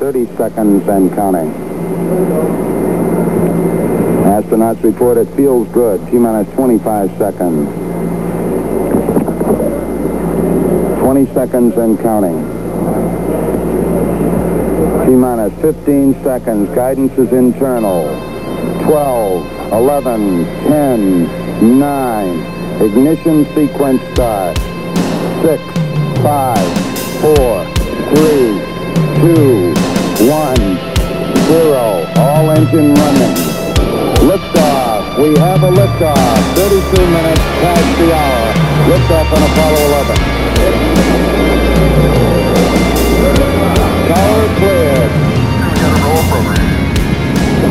30 seconds and counting. Astronauts report it feels good. T minus 25 seconds. 20 seconds and counting. T minus 15 seconds. Guidance is internal. 12, 11, 10, 9. Ignition sequence start. 6, 5, 4, 3, 2, 1, 0. All engine running. Liftoff. We have a liftoff. 32 minutes past the hour. Liftoff on Apollo 11. Tower clear.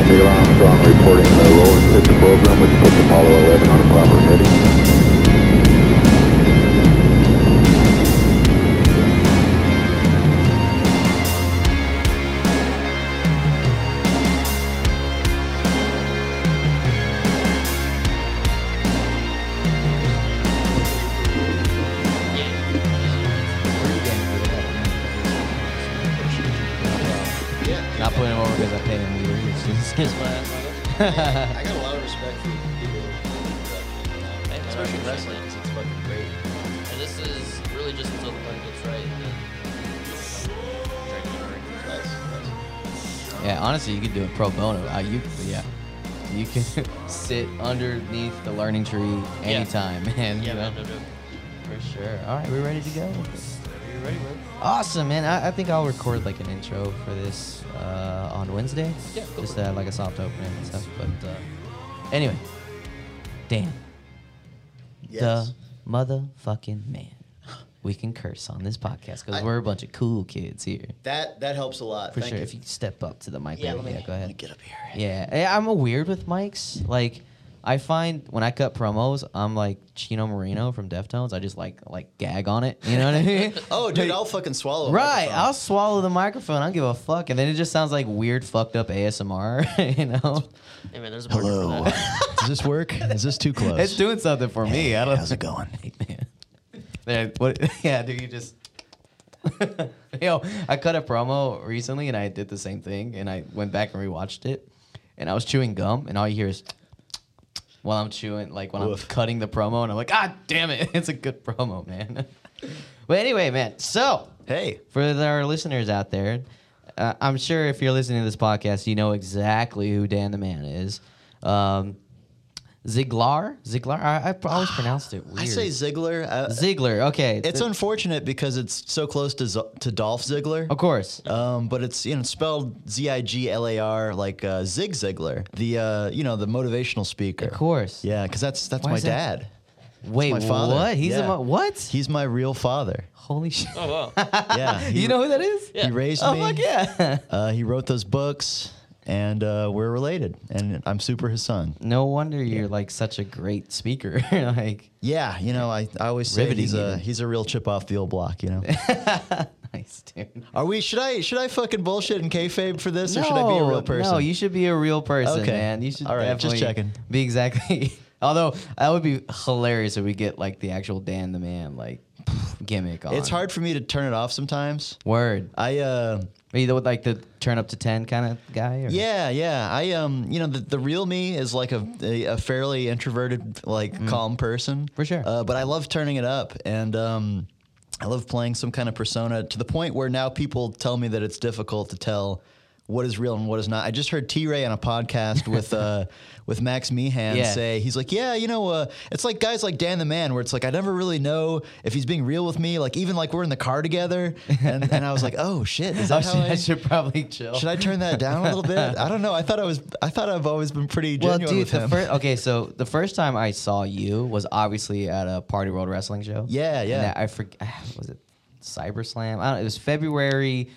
Neil Armstrong reporting the roll and system program, which puts Apollo 11 on a proper heading. Not putting him over because I pay him either. It's just his laugh. I got a lot of respect for people who Hey, man, especially I appreciate wrestling. it. It's it's fucking great. And this is really just until the plane gets right. And then drinking or Nice, nice. Yeah, honestly, you could do it pro bono. Uh, you, yeah, you can sit underneath the learning tree anytime, man. yeah, you know? man, no, no. for sure. All right, we ready to go? Are you ready, Awesome, man. I, I think I'll record like an intro for this uh, on Wednesday. Yeah, go just for uh, like a soft opening and stuff. But uh, anyway, Dan, Yes. the motherfucking man. We can curse on this podcast because I- we're a bunch of cool kids here. That that helps a lot. For Thank sure. you. If you step up to the mic, yeah, baby. let me, yeah, go let ahead. me get up here. Yeah, eh, I'm a weird with mics. Like, I find when I cut promos, I'm like Chino Marino from Deftones. I just like like gag on it. You know what I mean? Oh, dude, I'll fucking swallow. a right. microphone. I'll swallow the microphone. I don't give a fuck. And then it just sounds like weird, fucked up ASMR. You know, Hey, man, there's a partner for that. Does this work? Is this too close? it's doing something for me. I don't. How's it going? Yeah, what, yeah, dude, you just. Yo, I cut a promo recently and I did the same thing and I went back and rewatched it and I was chewing gum and all you hear is while I'm chewing, like when I'm Woof. cutting the promo and I'm like, God damn it, it's a good promo, man. but anyway, man, so Hey, for our listeners out there, uh, I'm sure if you're listening to this podcast, you know exactly who Dan the Man is. Um, Ziglar? Ziglar? I, I always pronounced it weird. Ah, I say Ziggler. I, Ziggler. Okay. it's Th- unfortunate because it's so close to Z- to Dolph Ziggler. of course. Um, but it's you know spelled Z I G L A R like uh, Zig Ziglar, the uh, you know the motivational speaker. Of course. Yeah, because that's that's Why my is that- dad. Wait, my father. what? He's Yeah. a mo- what? He's my real father. Holy shit. Oh, wow. Yeah, he, you know who that is? Yeah. he raised Oh me. fuck yeah. Uh, he wrote those books, and uh, we're related. And I'm super his son. no wonder you're like such a great speaker. like Yeah, you know I, I always say Riveting he's a even. he's a real chip off the old block. You know, nice dude. are we should I should I fucking bullshit and kayfabe for this, or should I be a real person? No, you should be a real person, Okay. man. You should All right, just definitely checking. be exactly. Although that would be hilarious if we get like the actual Dan the Man like gimmick on. It's hard for me to turn it off sometimes. Word. I uh, Are you the like the turn up to ten kind of guy? Or? Yeah, yeah. I um, you know, the, the real me is like a, a, a fairly introverted, like calm person Mm. For sure. Uh, but I love turning it up, and um, I love playing some kind of persona to the point where now people tell me that it's difficult to tell what is real and what is not. I just heard T Ray on a podcast with uh, with Max Meehan Yeah. say he's like, yeah, you know, uh, it's like guys like Dan the Man, where it's like I never really know if he's being real with me. Like even like we're in the car together, and, and I was like, oh shit, is Oh, that shit, how I I should probably chill. should I turn that down a little bit? I don't know. I thought I was. I thought I've always been pretty Well, genuine dude, with the him. first okay, so the first time I saw you was obviously at a Party World Wrestling show. Yeah, And yeah. that- I forget was it Cyber Slam? I don't. It was February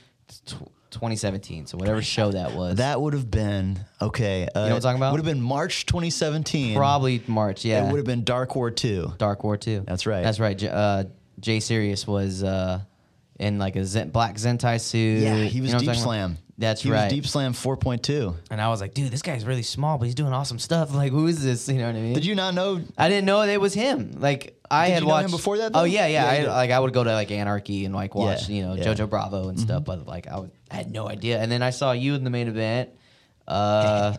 tw 2017, so whatever show that was. that would have been okay. Uh, know what I'm talking about? Would have been March 2017. probably March. Yeah, It would have been Dark War 2. Dark War Two. That's right. That's right. J- Uh, Jay Sirius was uh, in like a zen- black Zentai suit. Yeah, he was You know what I'm Deep talking about? Slam. That's he right. was Deep Slam 4.2. and I was like, dude, this guy's really small, but he's doing awesome stuff. Like, who is this? You know what I mean? Did you not know? I didn't know that it was him. Like, I Did had you know him watched before that, Oh though? yeah, yeah. Yeah, you I, did. like I would go to like Anarchy and like watch Yeah, you know yeah. Mm-hmm. JoJo Bravo and stuff, but like I, would, I had no idea. And then I saw you in the main event. Uh,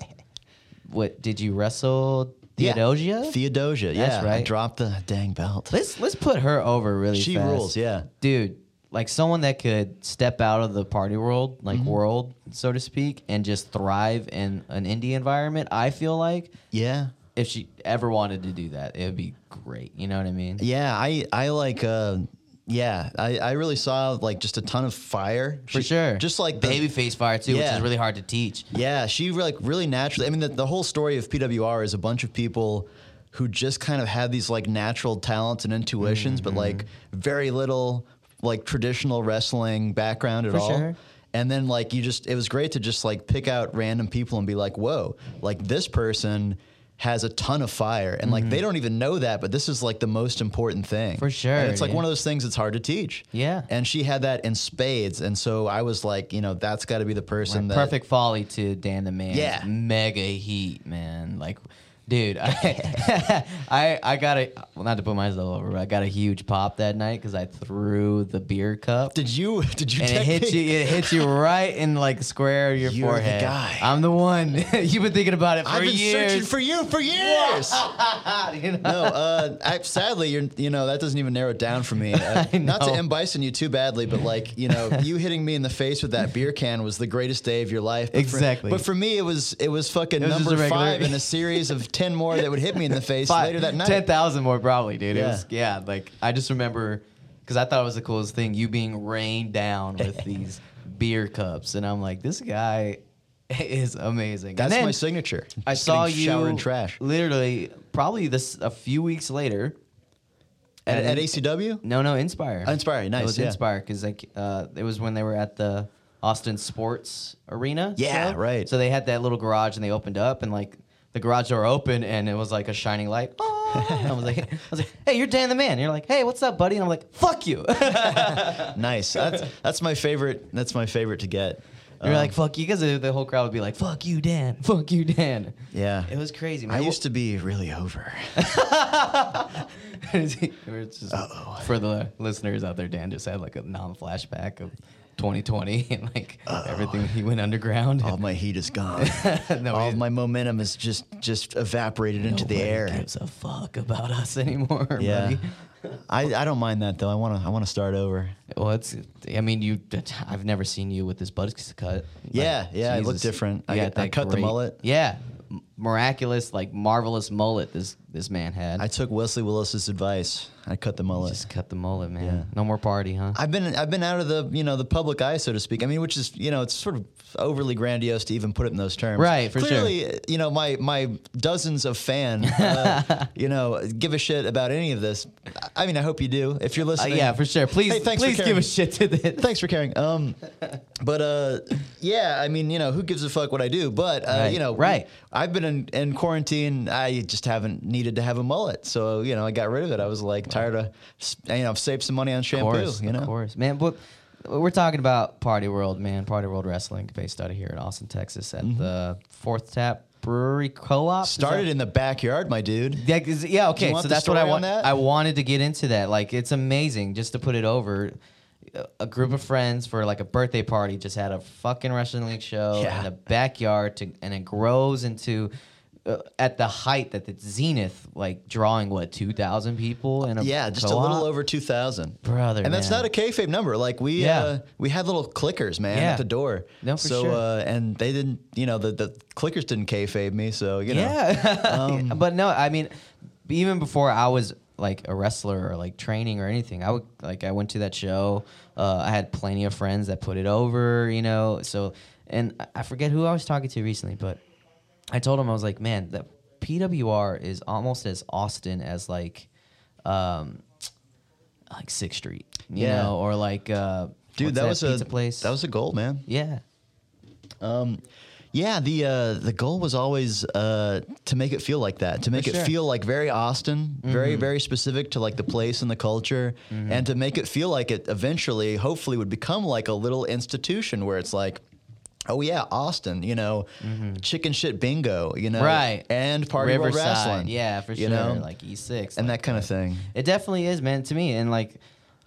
what did you wrestle Yeah. Theodosia? Theodosia, yeah. That's I right. dropped the dang belt. let's let's put her over really. She fast. rules, yeah. dude. Like someone that could step out of the party world, Mm-hmm. like world, so to speak, and just thrive in an indie environment. I feel like Yeah. if she ever wanted to do that, it would be great. You know what I mean? Yeah, I I like uh yeah, I, I really saw like just a ton of fire. For sure. Just like the- babyface fire too, which Yeah. is really hard to teach. Yeah, she like really naturally. I mean, the, the whole story of PWR is a bunch of people who just kind of have these like natural talents and intuitions, Mm-hmm. but like very little like traditional wrestling background at For all. sure. And then like you just, it was great to just like pick out random people and be like, whoa, like this person has a ton of fire, and like they don't even know that, but this is like the most important thing Mm-hmm. For sure, And it's like dude. one of those things that's hard to teach. Yeah. and she had that in spades, and so I was like, you know, that's got to be the person that Perfect folly to Dan the Man. uh, Yeah. Mega heat, man. Like, dude, I, I, I got a, well, not to put myself over, but I got a huge pop that night because I threw the beer cup. Did you? Did you? and it text hits me? you. It hits you right in like square of your You're the forehead. guy. I'm the one. You've been thinking about it for I've been years. searching for you for years. You know? no, uh, I, sadly, you're, you know that doesn't even narrow it down for me. Uh, not to know. M Bison you too badly, but like you know, you hitting me in the face with that beer can was the greatest day of your life. But for- Exactly. but for me, it was it was fucking It was just number a regular- five in a series of ten more that would hit me in the face Five- later that night. 10,000 more probably, dude. It Yeah. was, yeah, like I just remember because I thought it was the coolest thing you being rained down with these beer cups. And I'm like, this guy is amazing. And That's then my signature. I Just saw getting you showered in trash literally probably this a few weeks later. at, at an- ACW. No, no, Inspire. Oh, Inspire, nice, It was yeah. Inspire because like uh, it was when they were at the Austin Sports Arena. Yeah, show. right. So they had that little garage and they opened up and like the garage door opened and it was like a shining light. Oh, I was like, I was like, hey, you're Dan the Man. And you're like, hey, what's up, buddy? And I'm like, fuck you. Nice. That's that's my favorite. That's my favorite to get. you're like, fuck you, because the whole crowd would be like, fuck you, Dan. Fuck you, Dan. Yeah. It was crazy, man. I used to be really over. It's just- for the listeners out there, Dan just had like a non flashback of 2020 and like everything he went underground. All my heat is gone. No, All it- of my momentum is just just evaporated into the nobody air. gives a fuck about us anymore. Yeah. buddy. I, I don't mind that though. I want to I want to start over. Well, it's. I mean, you. I've never seen you with this buzz cut. Like, Yeah, yeah, I look different. I You got- got I that cut the mullet. Yeah, m- miraculous, like marvelous mullet. This this man had. I I took Wesley Willis's advice. I cut the mullet. just cut the mullet, man. No more party, huh? I've been I've been out of the you know the public eye so to speak. I mean, which is you know it's sort of overly grandiose to even put it in those terms. Right, for sure. Clearly, you know my my dozens of fan, uh, you know, give a shit about any of this. I mean, I hope you do. If you're Uh, listening, yeah, for sure. Please, Hey, thanks for please give caring. a shit to this. Thanks for caring. Um, but uh, yeah, I mean, you know, who gives a fuck what I do? But uh, Right, you know, right. I've been in, in quarantine. I just haven't needed to have a mullet, so you know, I got rid of it. I was like tired of, s- you know, I've saved some money on shampoo. course, you know, of course, man. But we're talking about Party World, man. Party World Wrestling, based out of here in Austin, Texas, at the Fourth Tap Brewery Co-op. Is Mm-hmm. started that- in the backyard, my dude. Yeah, 'cause- yeah, okay. want So the that's what I story want. on that? I wanted to get into that. Like, it's amazing just to put it over. a- A group of friends for like a birthday party just had a fucking wrestling league show Yeah. in the backyard, to, and it grows into uh, at the height that the zenith, like drawing what two thousand people in a Yeah, just a co-op? little over two thousand, Brother, And that's man. not a kayfabe number. Like we, Yeah. uh, we had little clickers, man, Yeah. at the door. No, for so, sure. uh, and they didn't, you know, the, the clickers didn't kayfabe me. So, you know, Um, Yeah. but no, I mean, even before I was like a wrestler or like training or anything, I would like I went to that show. Uh, I had plenty of friends that put it over, you know. So, and I- I forget who I was talking to recently, but I told him I was like, man, the PWR is almost as Austin as like, um, like Sixth Street, you Yeah. know, or like, uh, dude, what's that, was pizza a place. That was a goal, man. yeah. Yeah, the uh, the goal was always uh, to make it feel like that, to make it sure. Mm-hmm. feel like very Austin, very very specific to like the place and the culture, and to make it feel like it eventually, hopefully, would become like a little institution where it's like. Oh yeah, Austin. You know, chicken shit bingo. You know, Mm-hmm. Right. And party World Riverside, wrestling. yeah, for sure. you know? like E six and that kind of thing. It definitely is, man, to me. And like,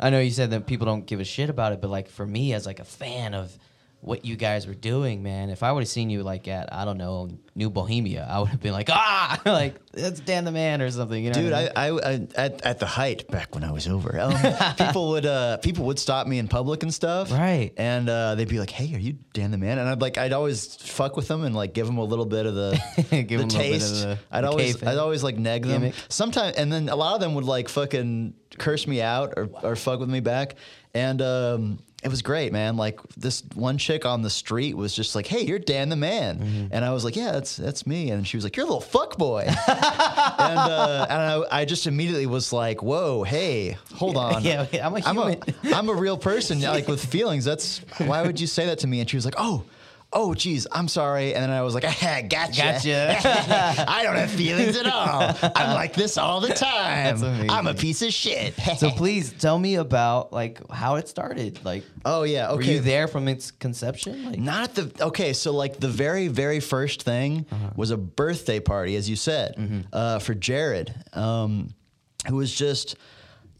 I know you said that people don't give a shit about it, but like for me, as like a fan of what you guys were doing, man, if I would have seen you like at I don't know New Bohemia, I would have been like, ah, like that's Dan the Man or something, you know? Dude, what I I, mean? I, I at, at the height back when I was over, um, people would uh, people would stop me in public and stuff, Right. And uh, they'd be like, "Hey, are you Dan the Man?" And I'd like I'd always fuck with them and like give them a little bit of the, Give 'em the a little bit of taste. the- I'd the always kayfabe. I'd always like neg them. Gimmick. Sometimes and then a lot of them would like fucking curse me out or, or fuck with me back, and. Um, it was great, man. Like this one chick on the street was just like, "Hey, you're Dan the Man," Mm-hmm. and I was like, "Yeah, that's that's me." And she was like, "You're a little fuck boy." and uh, and I, I just immediately was like, "Whoa, hey, hold on, yeah, wait, I'm a human. I'm a, I'm a real person, yeah, like with feelings. That's why would you say that to me?" And she was like, "Oh." Oh geez, I'm sorry. And then I was like, ah, gotcha. Gotcha. I don't have feelings at all. I'm like this all the time. That's amazing. I'm a piece of shit. so please tell me about like how it started. Like, oh yeah. Okay. were you there from its conception? Like, Not at the okay. So like the very very first thing Uh-huh. was a birthday party, as you said, Mm-hmm. uh, for Jared, um, who was just.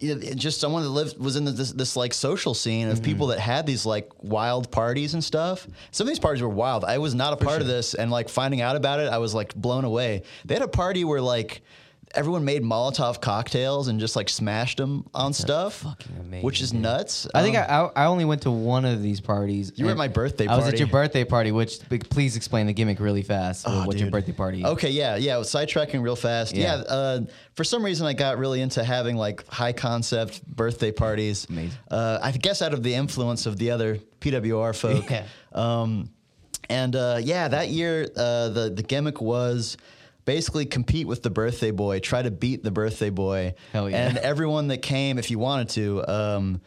you know, Just someone that lived was in this, this like social scene Mm-hmm. of people that had these like wild parties and stuff. Some of these parties were wild. I was not a part of this, and like finding out about it, I was like blown away. They had a party where like everyone made Molotov cocktails and just like smashed them on stuff, which amazing, is nuts. I think Um, I, I I only went to one of these parties. You were at and my birthday I was at your party. birthday party, which b- please explain the gimmick really fast. Oh, what your dude. birthday party? Okay, yeah, yeah. I was sidetracking real fast. Yeah. Yeah. uh, for some reason, I got really into having like high concept birthday parties. Amazing. Uh, I guess out of the influence of the other PWR folk. Yeah. Um, and uh, yeah, that year uh, the the gimmick was basically compete with the birthday boy, try to beat the birthday boy, Hell yeah. and everyone that came, if you wanted to. Um,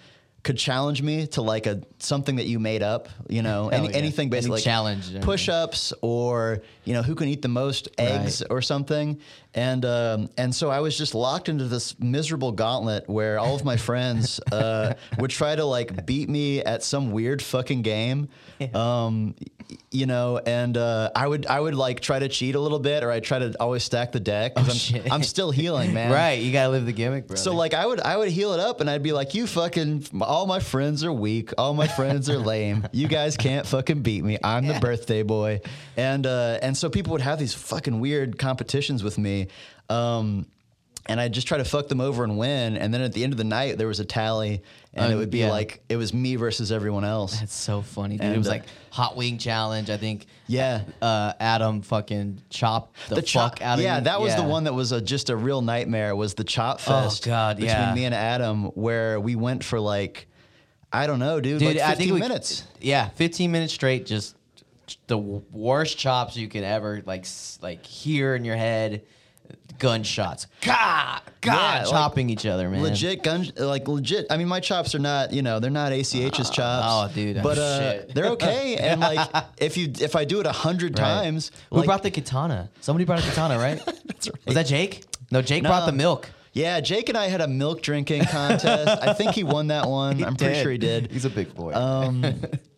could challenge me to like a something that you made up, you know, any, yeah. anything Any basically like challenge or push ups or you know who can eat the most eggs or something and um, and so i was just locked into this miserable gauntlet where all of my friends uh, would try to like beat me at some weird fucking game um, y- you know and uh, i would i would like try to cheat a little bit or i try to always stack the deck 'cause Oh, I'm, shit. I'm still healing man Right, you gotta live the gimmick, bro. so like I would I would heal it up and I'd be like, you fucking all my friends are weak, all my friends are lame. You guys can't fucking beat me. I'm the birthday boy, and uh, and so people would have these fucking weird competitions with me. Um, and I'd just try to fuck them over and win. And then at the end of the night, there was a tally, and it Um, would be yeah. like it was me versus everyone else. That's so funny, dude. it And, was uh, like hot wing challenge. I think. Yeah. Uh, Adam fucking chopped the, chop- fuck out of yeah, you. Oh, that was the one that was a, just a real nightmare. Was the chop fest? God, between yeah. me and Adam, where we went for like, I don't know, dude, dude. like I fifteen think we- minutes. Yeah, fifteen minutes straight. Just the worst chops you can ever like s- like hear in your head. Gunshots. God, God, Yeah, like, chopping each other, man. Legit gun, like legit. I mean, my chops are not, you know, they're not ACH's chops. oh, dude, but oh, uh, shit. they're okay. and like, if you if I do it a hundred Right. times, Who like- brought the katana? Somebody brought a katana, right? That's right. Was that Jake? No, Jake brought the No. milk. Yeah, Jake and I had a milk drinking contest. I think he won that one. I'm pretty sure he did. He's a big boy. Um,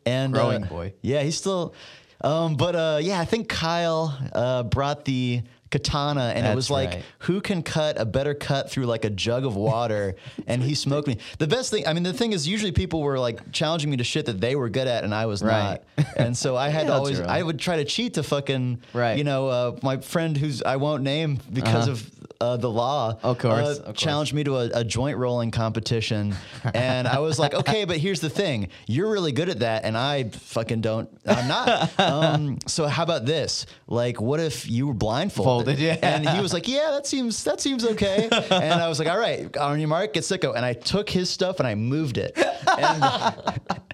and Growing uh, boy. Yeah, he's still. Um, but uh, yeah, I think Kyle uh, brought the katana, and That's it was like, right. who can cut a better cut through like a jug of water? and he smoked me. The best thing, I mean, the thing is, usually people were like challenging me to shit that they were good at, and I was Right. not. And so I Yeah, had to that's always, all right. I would try to cheat to fucking, Right. Uh-huh. you know, uh, my friend who's I won't name because of uh, the law, Of course, of course. challenged challenged me to a, a joint rolling competition, and I was like, okay, but here's the thing: you're really good at that, and I fucking don't. I'm not. Um, so how about this? Like, what if you were blindfolded? Folded, yeah. And he was like, yeah, that seems that seems okay. and I was like, all right, on your mark, get sicko. And I took his stuff and I moved it. And,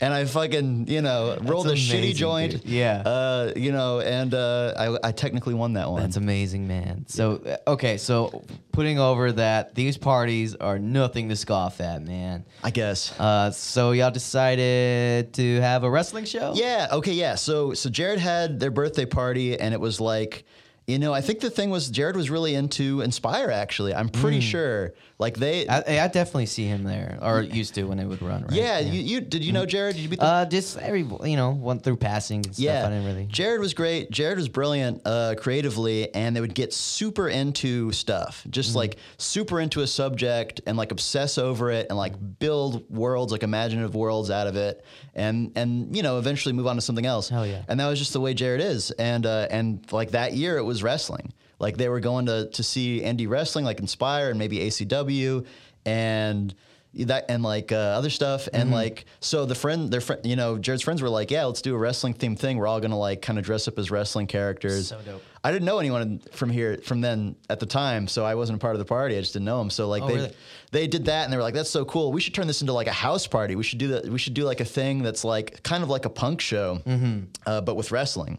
and I fucking, you know, rolled That's a shitty amazing, joint. dude. Yeah. Uh, you know, and uh, I, I technically won that one. That's amazing, man. So uh, okay, so putting over that these parties are nothing to scoff at, man. I guess. Uh, so y'all decided to have a wrestling show? Yeah. Okay. Yeah. So so Jared had their birthday party, and it was like You know, I think the thing was Jared was really into Inspire. Actually, I'm pretty Hmm. sure. Like they, I, I definitely see him there, or used to when it would run. Right? yeah, You, you did you know Jared? Did you meet the uh, just every you know, went through passing and stuff. yeah, I didn't really. Jared was great. Jared was brilliant uh, creatively, and they would get super into stuff, just Mm-hmm. like super into a subject and like obsess over it, and like build worlds, like imaginative worlds out of it, and and you know eventually move on to something else. Hell yeah. And that was just the way Jared is, and uh, and like that year it was wrestling. Like they were going to to see indie wrestling, like Inspire and maybe ACW, and that and like uh, other stuff Mm-hmm. and like so the friend their friend you know Jared's friends were like yeah let's do a wrestling themed thing we're all gonna like kind of dress up as wrestling characters So dope. I didn't know anyone from here from then at the time so I wasn't a part of the party I just didn't know them so like Oh, they really? they did that and they were like that's so cool we should turn this into like a house party we should do that we should do like a thing that's like kind of like a punk show Mm-hmm. uh, but with wrestling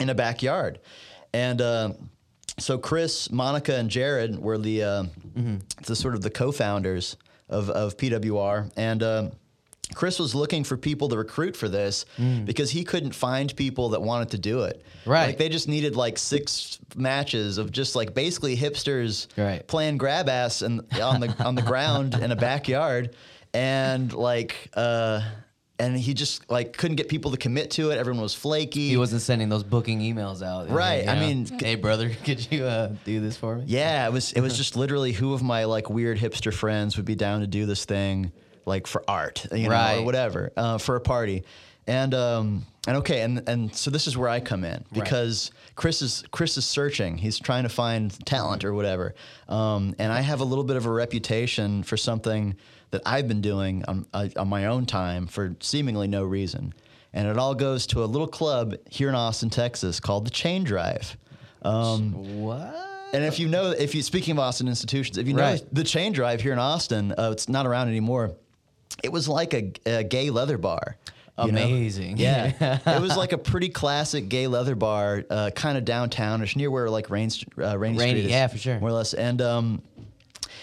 in a backyard. And uh, so Chris, Monica, and Jared were the uh, Mm-hmm. the sort of the co-founders of of PWR, and. um Chris was looking for people to recruit for this because he couldn't find people that wanted to do it. Mm. Right. Like they just needed like six matches of just like basically hipsters Right. playing grab ass and on the on the ground in a backyard and like uh and he just like couldn't get people to commit to it. Everyone was flaky. He wasn't sending those booking emails out. and, Right, you I know, mean, c- hey brother, could you uh, do this for me? Yeah, it was it was just literally who of my like weird hipster friends would be down to do this thing like for art, you know, or Right. whatever, uh, for a party. And um and okay, and and so this is where I come in because Chris is Chris is searching. He's trying to find talent or whatever. Um, and I have a little bit of a reputation for something that I've been doing on, uh, on my own time for seemingly no reason. And it all goes to a little club here in Austin, Texas called the Chain Drive. Um, What? and if you know, if you speaking of Austin institutions, if you know Right. the chain drive here in Austin, uh, it's not around anymore. It was like a, a gay leather bar. you know? Amazing. Yeah, it was like a pretty classic gay leather bar, uh, kind of downtownish, near where like Rain, St- uh, Rainy, Rainy, Street is, yeah, for sure. more or less. And um,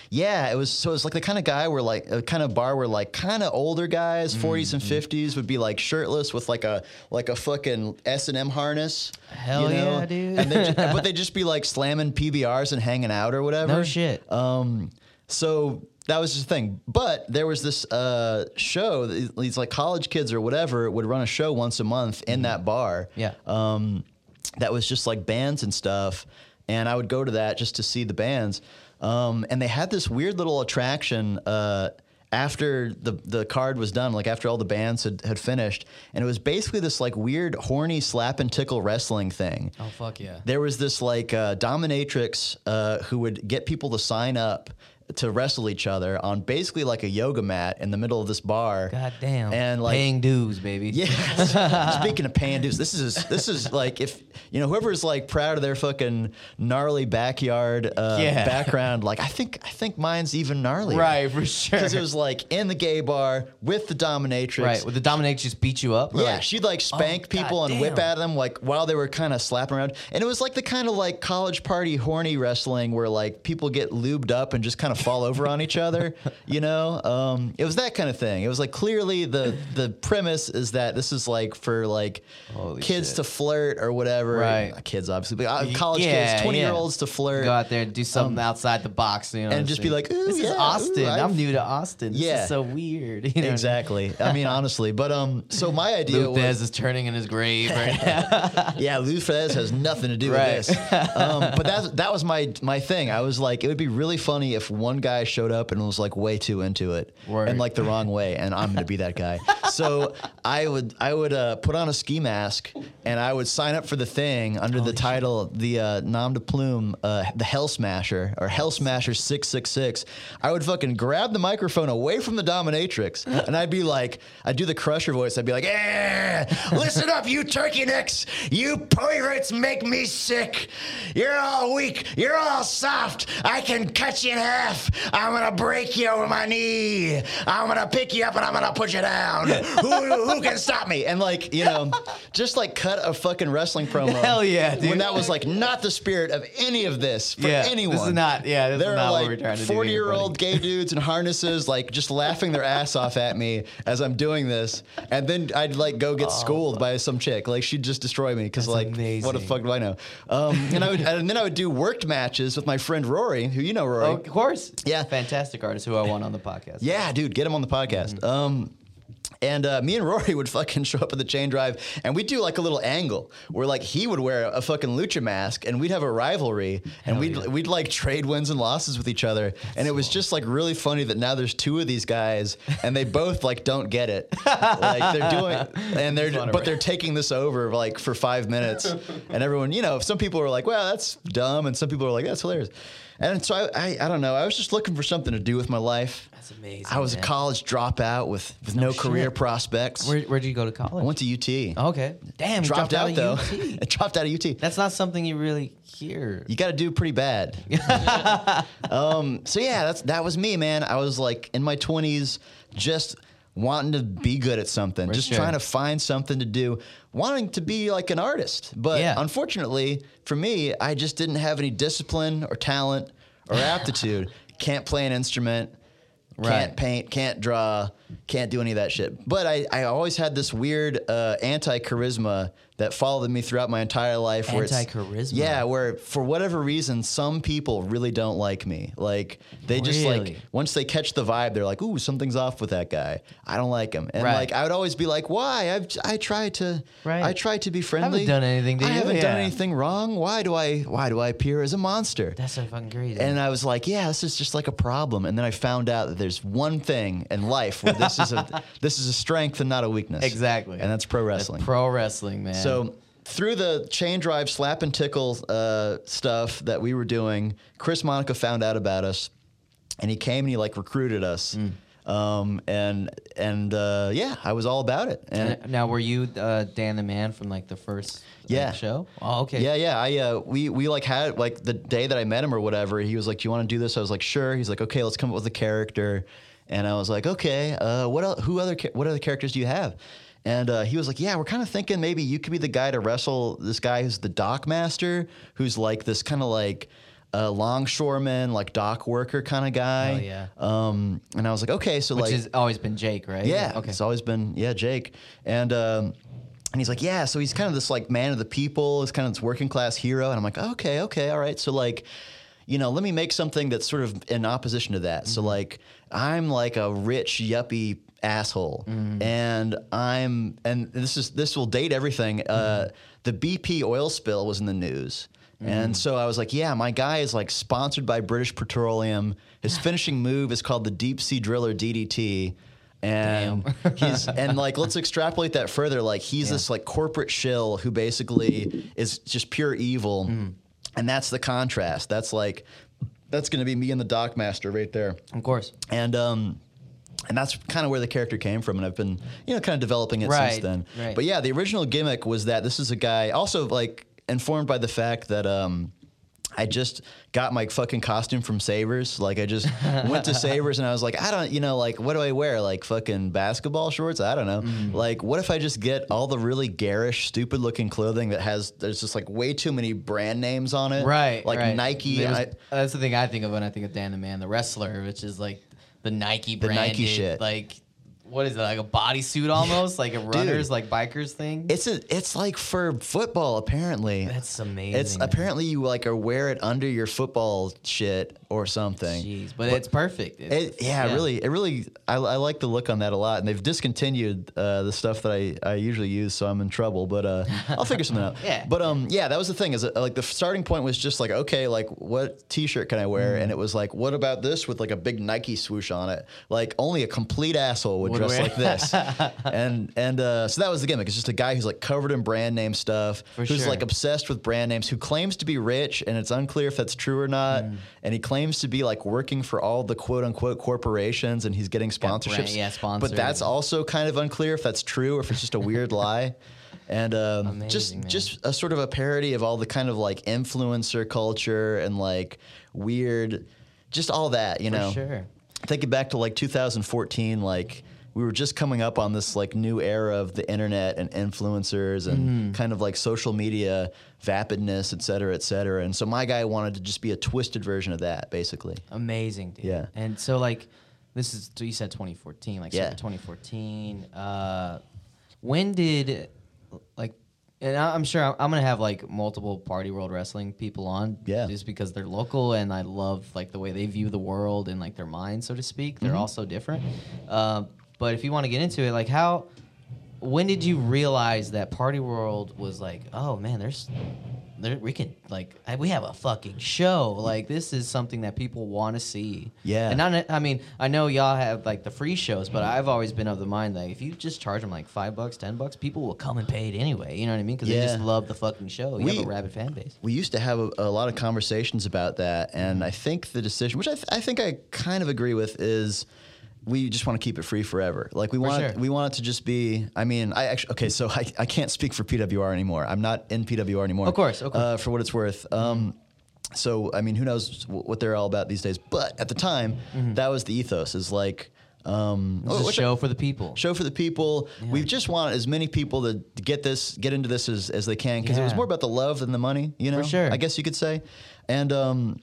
yeah, it was so it was like the kind of guy where like a kind of bar where like kind of older guys, Mm, 40s and 50s, would be like shirtless with like a like a fucking S and M harness. Hell yeah, dude. And they'd ju- but they'd just be like slamming PBRs and hanging out or whatever. No shit. Um, so that was the thing. But there was this uh, show. that These like college kids or whatever would run a show once a month in that bar. Mm-hmm. Yeah. Um, that was just like bands and stuff, and I would go to that just to see the bands. Um, and they had this weird little attraction. Uh, after the the card was done, like after all the bands had, had finished, and it was basically this like weird horny slap and tickle wrestling thing Oh fuck yeah. there was this like uh, dominatrix uh, who would get people to sign up to wrestle each other on basically like a yoga mat in the middle of this bar. God damn. And like paying dues, baby. Yes. Speaking of pandas, this is this is like if you know whoever's like proud of their fucking gnarly backyard uh, Yeah. background. Like I think I think mine's even gnarly. Right, for sure. Because it was like in the gay bar with the dominatrix. Right. Would the dominatrix just beat you up? We're Yeah, like, she'd like God spank people and whip damn. at them like while they were kind of slapping around, and it was like the kind of like college party horny wrestling where like people get lubed up and just kind of fall over on each other. You know, um, it was that kind of thing. It was like clearly the the premise is that this is like for like Holy kids shit. to flirt or whatever. Right. Not kids obviously, but uh, college Yeah, kids, twenty year yeah. olds to flirt. go out there and do something outside the box, you know, Um, and what just I'm be saying? like, "Ooh, "This yeah, is ooh, Austin. I've- I'm new to Austin. This Yeah. is so weird." You know what I mean? Exactly. I mean, honestly, but um. So my idea Luthez was is turning in his grave right now. yeah, Luthez has nothing to do Right. with this. Um, but that that was my my thing. I was like, it would be really funny if one guy showed up and was like way too into it Word. and like the wrong way, and I'm gonna be that guy. so I would I would uh, put on a ski mask and I would sign up for the thing under the title the uh, nom de plume uh, the Hell Smasher or Hell Smasher six six six. I would fucking grab the microphone away from the dominatrix and I'd be like, I'd do the crusher voice. I'd be like, eh, listen up, you turkey necks, you pirates make me sick. You're all weak. You're all soft. I can cut you in half. I'm gonna break you over my knee. I'm gonna pick you up and I'm gonna put you down. who, who can stop me? And like you know, just like cut a fucking wrestling promo minimum. Hell yeah, When dude. that was like not the spirit of any of this for yeah, anyone. This is not. Yeah, this There is are not like what we're trying to do. here, 40 year old buddy. gay dudes in harnesses, like just laughing their ass off at me as I'm doing this. And then I'd like go get schooled by some chick. Like she'd just destroy me because, That's like, what the amazing. fuck do I know? Um, and, I would, and then I would do worked matches with my friend Rory, who you know, Rory. Of course. Yeah. Fantastic artist who I want on the podcast. Yeah, dude, get him on the podcast. Um, and uh, me and Rory would fucking show up at the chain drive, and we'd do like a little angle where like he would wear a fucking lucha mask, and we'd have a rivalry, and we'd we'd like trade wins and losses with each other, and it was just like really funny that now there's two of these guys, and they both like don't get it, like they're doing, and they're wanna but they're rant. taking this over like for five minutes, and everyone, you know, some people are like, "Wow, that's dumb," and some people are like, "That's hilarious," and so I I, I don't know, I was just looking for something to do with my life. That's amazing. I was a man. college dropout with, with no, shit. career prospects. Where where'd Oh, you go to college? I went to UT. Okay. Damn. you dropped, out, though. of UT. I dropped out of UT. That's not something you really hear. you got to do pretty bad. um, so yeah, that's that was me, man. I was like in my twenties, just wanting to be good at something, just sure. trying to find something to do, wanting to be like an artist. But Yeah. unfortunately for me, I just didn't have any discipline or talent or aptitude. can't play an instrument. Right. Can't paint, can't draw, can't do any of that shit. But I, I always had this weird uh, anti charisma that followed me throughout my entire life. where it's- Anti-charisma? Yeah, where for whatever reason, some people really don't like me. Like they just like Really? once they catch the vibe, they're like, "Ooh, something's off with that guy. I don't like him." And Right. like I would always be like, "Why? I've I try to Right. I try to be friendly. done anything to I you, haven't done yeah. anything wrong. Why do I why do I appear as a monster?" That's so fucking crazy. and I was like, "Yeah, this is just like a problem." And then I found out that there's one thing in life where this is a this is a strength and not a weakness. Exactly. and that's pro wrestling. pro wrestling, man. So through the chain drive slap and tickle uh, stuff that we were doing, Chris Monica found out about us, and he came and he like recruited us. Um, and and uh, yeah, I was all about it. And N- now were you uh, Dan the man from like the first like, Yeah. show? Oh, okay. Yeah, yeah. I uh, we we like had like the day that I met him or whatever. He was like, "Do you want to do this?" I was like, "Sure." He's like, "Okay, let's come up with a character," and I was like, "Okay, uh, what el- who other cha- what other characters do you have?" And uh, he was like, "Yeah, we're kind of thinking maybe you could be the guy to wrestle this guy who's the dock master, who's like this kind of like." uh longshoreman, like dock worker kind of guy. Oh, yeah. Um, and I was like, okay, so Which like, has always been Jake, right? yeah. Okay. It's always been, yeah, Jake. And um, and he's like, yeah. So he's kind of this like man of the people. He's kind of this working class hero. And I'm like, okay, okay, all right. So like, you know, let me make something that's sort of in opposition to that. Mm-hmm. So like, I'm like a rich yuppie asshole, Mm-hmm. and I'm and this is this will date everything. Mm-hmm. Uh, the BP oil spill was in the news. And so I was like, yeah, my guy is like sponsored by British Petroleum. His finishing move is called the deep sea driller DDT. And he's and like let's extrapolate that further. Like he's this like corporate shill who basically is just pure evil. And that's the contrast. That's like that's gonna be me and the Dockmaster right there. Of course. And um and that's kind of where the character came from, and I've been, you know, kind of developing it since Right, then. right. But yeah, the original gimmick was that this is a guy also like informed by the fact that um I just got my fucking costume from Savers. Like I just went to Savers and I was like, I don't, you know, like what do I wear? Like fucking basketball shorts? I don't know. Mm-hmm. Like what if I just get all the really garish, stupid looking clothing that has there's just like way too many brand names on it. Right. Like right. Nike. There was- I- that's the thing I think of when I think of Dan the man, the wrestler, which is like the Nike The branded, Nike shit. like what is it, like a bodysuit almost, like a runner's, like biker's thing. It's a, it's like for football apparently. That's amazing. It's man. apparently you like are wear it under your football shit or something. Jeez, but, it's perfect. It's- It, yeah, it really, it really. I, I like the look on that a lot, and they've discontinued uh, the stuff that I, I usually use, so I'm in trouble. But uh, I'll figure something out. Yeah. But um, yeah, that was the thing is uh, like the starting point was just like okay, like what T-shirt can I wear? Mm. And it was like, what about this with like a big Nike swoosh on it? Like only a complete asshole would, Would dress wear- like this. and and uh, so that was the gimmick. It's just a guy who's like covered in brand name stuff, For who's sure. like obsessed with brand names, who claims to be rich, and it's unclear if that's true or not. Mm. And he claims to be like working for all the quote unquote corporations, and he's getting brand- sponsorships. yeah, But that's sponsored. also kind of unclear if that's true or if it's just a weird lie. And um, just Amazing, man. just a sort of a parody of all the kind of like influencer culture and like weird, just all that you know sure. thinking back to like 2014, like we were just coming up on this like new era of the internet and influencers and kind of like social media vapidness, et cetera, et cetera. And so my guy wanted to just be a twisted version of that, basically. Amazing, dude. Yeah. And so like, this is you said 2014, like Yeah. yeah. 2014. Uh, when did like, and I- I'm sure I'm, I'm gonna have like multiple party world wrestling people on, Yeah. just because they're local and I love like the way they view the world and like their mind, so to speak. Mm-hmm. They're all so different. Um, but if you want to get into it, like how. When did you realize that Party World was like, oh man, there's there, we can like I- we have a fucking show. Like this is something that people want to see. Yeah. and I, I mean I know y'all have like the free shows, but I've always been of the mind that if you just charge them like five bucks, ten bucks, people will come and pay it anyway. You know what I mean? Because they just Yeah. love the fucking show. You We- have a rabid fan base. we used to have a, a lot of conversations about that, and I think the decision, which I, th- I think I kind of agree with, is we just want to keep it free forever. Like we want sure. it, we want it to just be. I mean, I actually okay, so I, I can't speak for PWR anymore. I'm not in PWR anymore. Of course, of course. Uh, for what it's worth. Um, so I mean, who knows wh- what they're all about these days? But at the time, Mm-hmm. that was the ethos. Is like. Um, It's a which I- show for the people. show for the people. We just want as many people to get this, get into this as, as they can, because it was Yeah. more about the love than the money, you know. sure. I guess you could say, and um,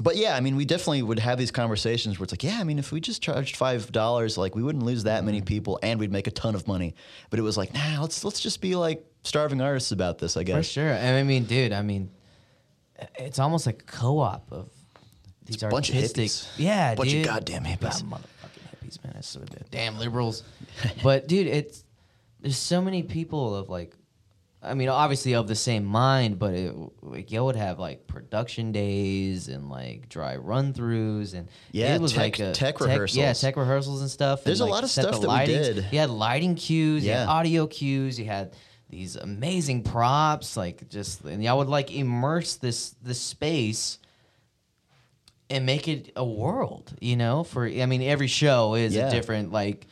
but yeah, I mean, we definitely would have these conversations where it's like, yeah, I mean, if we just charged five dollars, like we wouldn't lose that many people, and we'd make a ton of money. But it was like, nah, let's let's just be like starving artists about this, I For guess. sure. And I mean, dude, I mean, it's almost like a co-op of these a bunch of artistic. hippies. Yeah, Bunch of dude. goddamn hippies. God, motherfucking hippies, man. That's what they're- damn liberals. but dude, it's there's so many people of like, I mean, obviously of the same mind, but it, like y'all would have like production days and like dry run-throughs and Yeah, it was like tech- a tech Yeah, rehearsals. tech rehearsals and stuff. and, There's a like, lot of set the stuff that we lightings. did. You had lighting cues. You had Yeah. audio cues. You had these amazing props. Like just and y'all would like immerse this this space and make it a world. You know, for I mean, every show is Yeah. a different like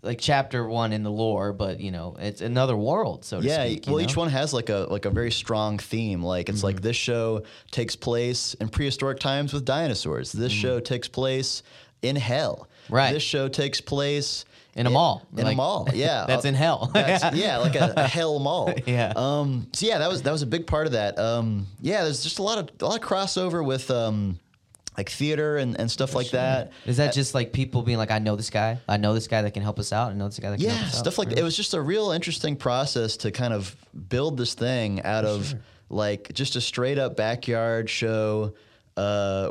like chapter one in the lore, but you know, it's another world. So to Yeah, speak, you well, each know? Mm-hmm. one has like a like a very strong theme. Like it's like this show takes place in prehistoric times with dinosaurs. This show takes place in hell. Mm-hmm. Right. This show takes place in a mall. In Like, a mall. Yeah. that's in hell. That's, yeah, like a, a hell mall. Yeah. Um. So yeah, that was that was a big part of that. Um. Yeah, there's just a lot of a lot of crossover with um, like theater and, and stuff like that. Is that just like people being like, I know this guy, I know this guy that can help us out, I know this guy that can help yeah us out? stuff like that. it was just a real interesting process to kind of build this thing out of like just a straight up backyard show uh,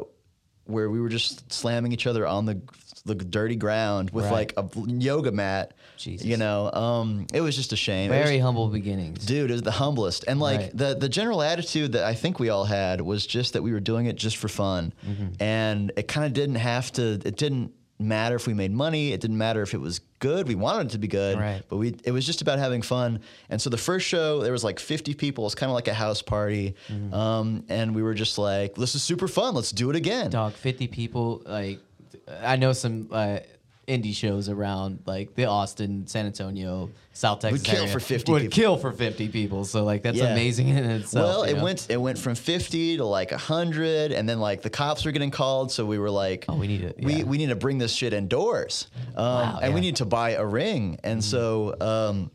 where we were just slamming each other on the the dirty ground with Right. like a yoga mat Jesus. you know um, it was just a shame It was- Very humble beginnings. dude it was the humblest and like Right. the the general attitude that i think we all had was just that we were doing it just for fun Mm-hmm. and it kind of didn't have to it didn't matter if we made money it didn't matter if it was good we wanted it to be good Right. but we it was just about having fun and so the first show there was like 50 people it's kind of like a house party Mm-hmm. um, and we were just like this is super fun let's do it again Dog, 50 people. Like, I know some uh, indie shows around, like the Austin, San Antonio, South Texas. kill area for 50 Would people. kill for 50 people. So, like, that's Yeah. amazing in itself. well, you it know? went it went from fifty to like hundred, and then like the cops were getting called, so we were like, Oh, we need to- we, yeah. we need to bring this shit indoors, um, and we yeah. Mm-hmm. need to buy a ring." And so um,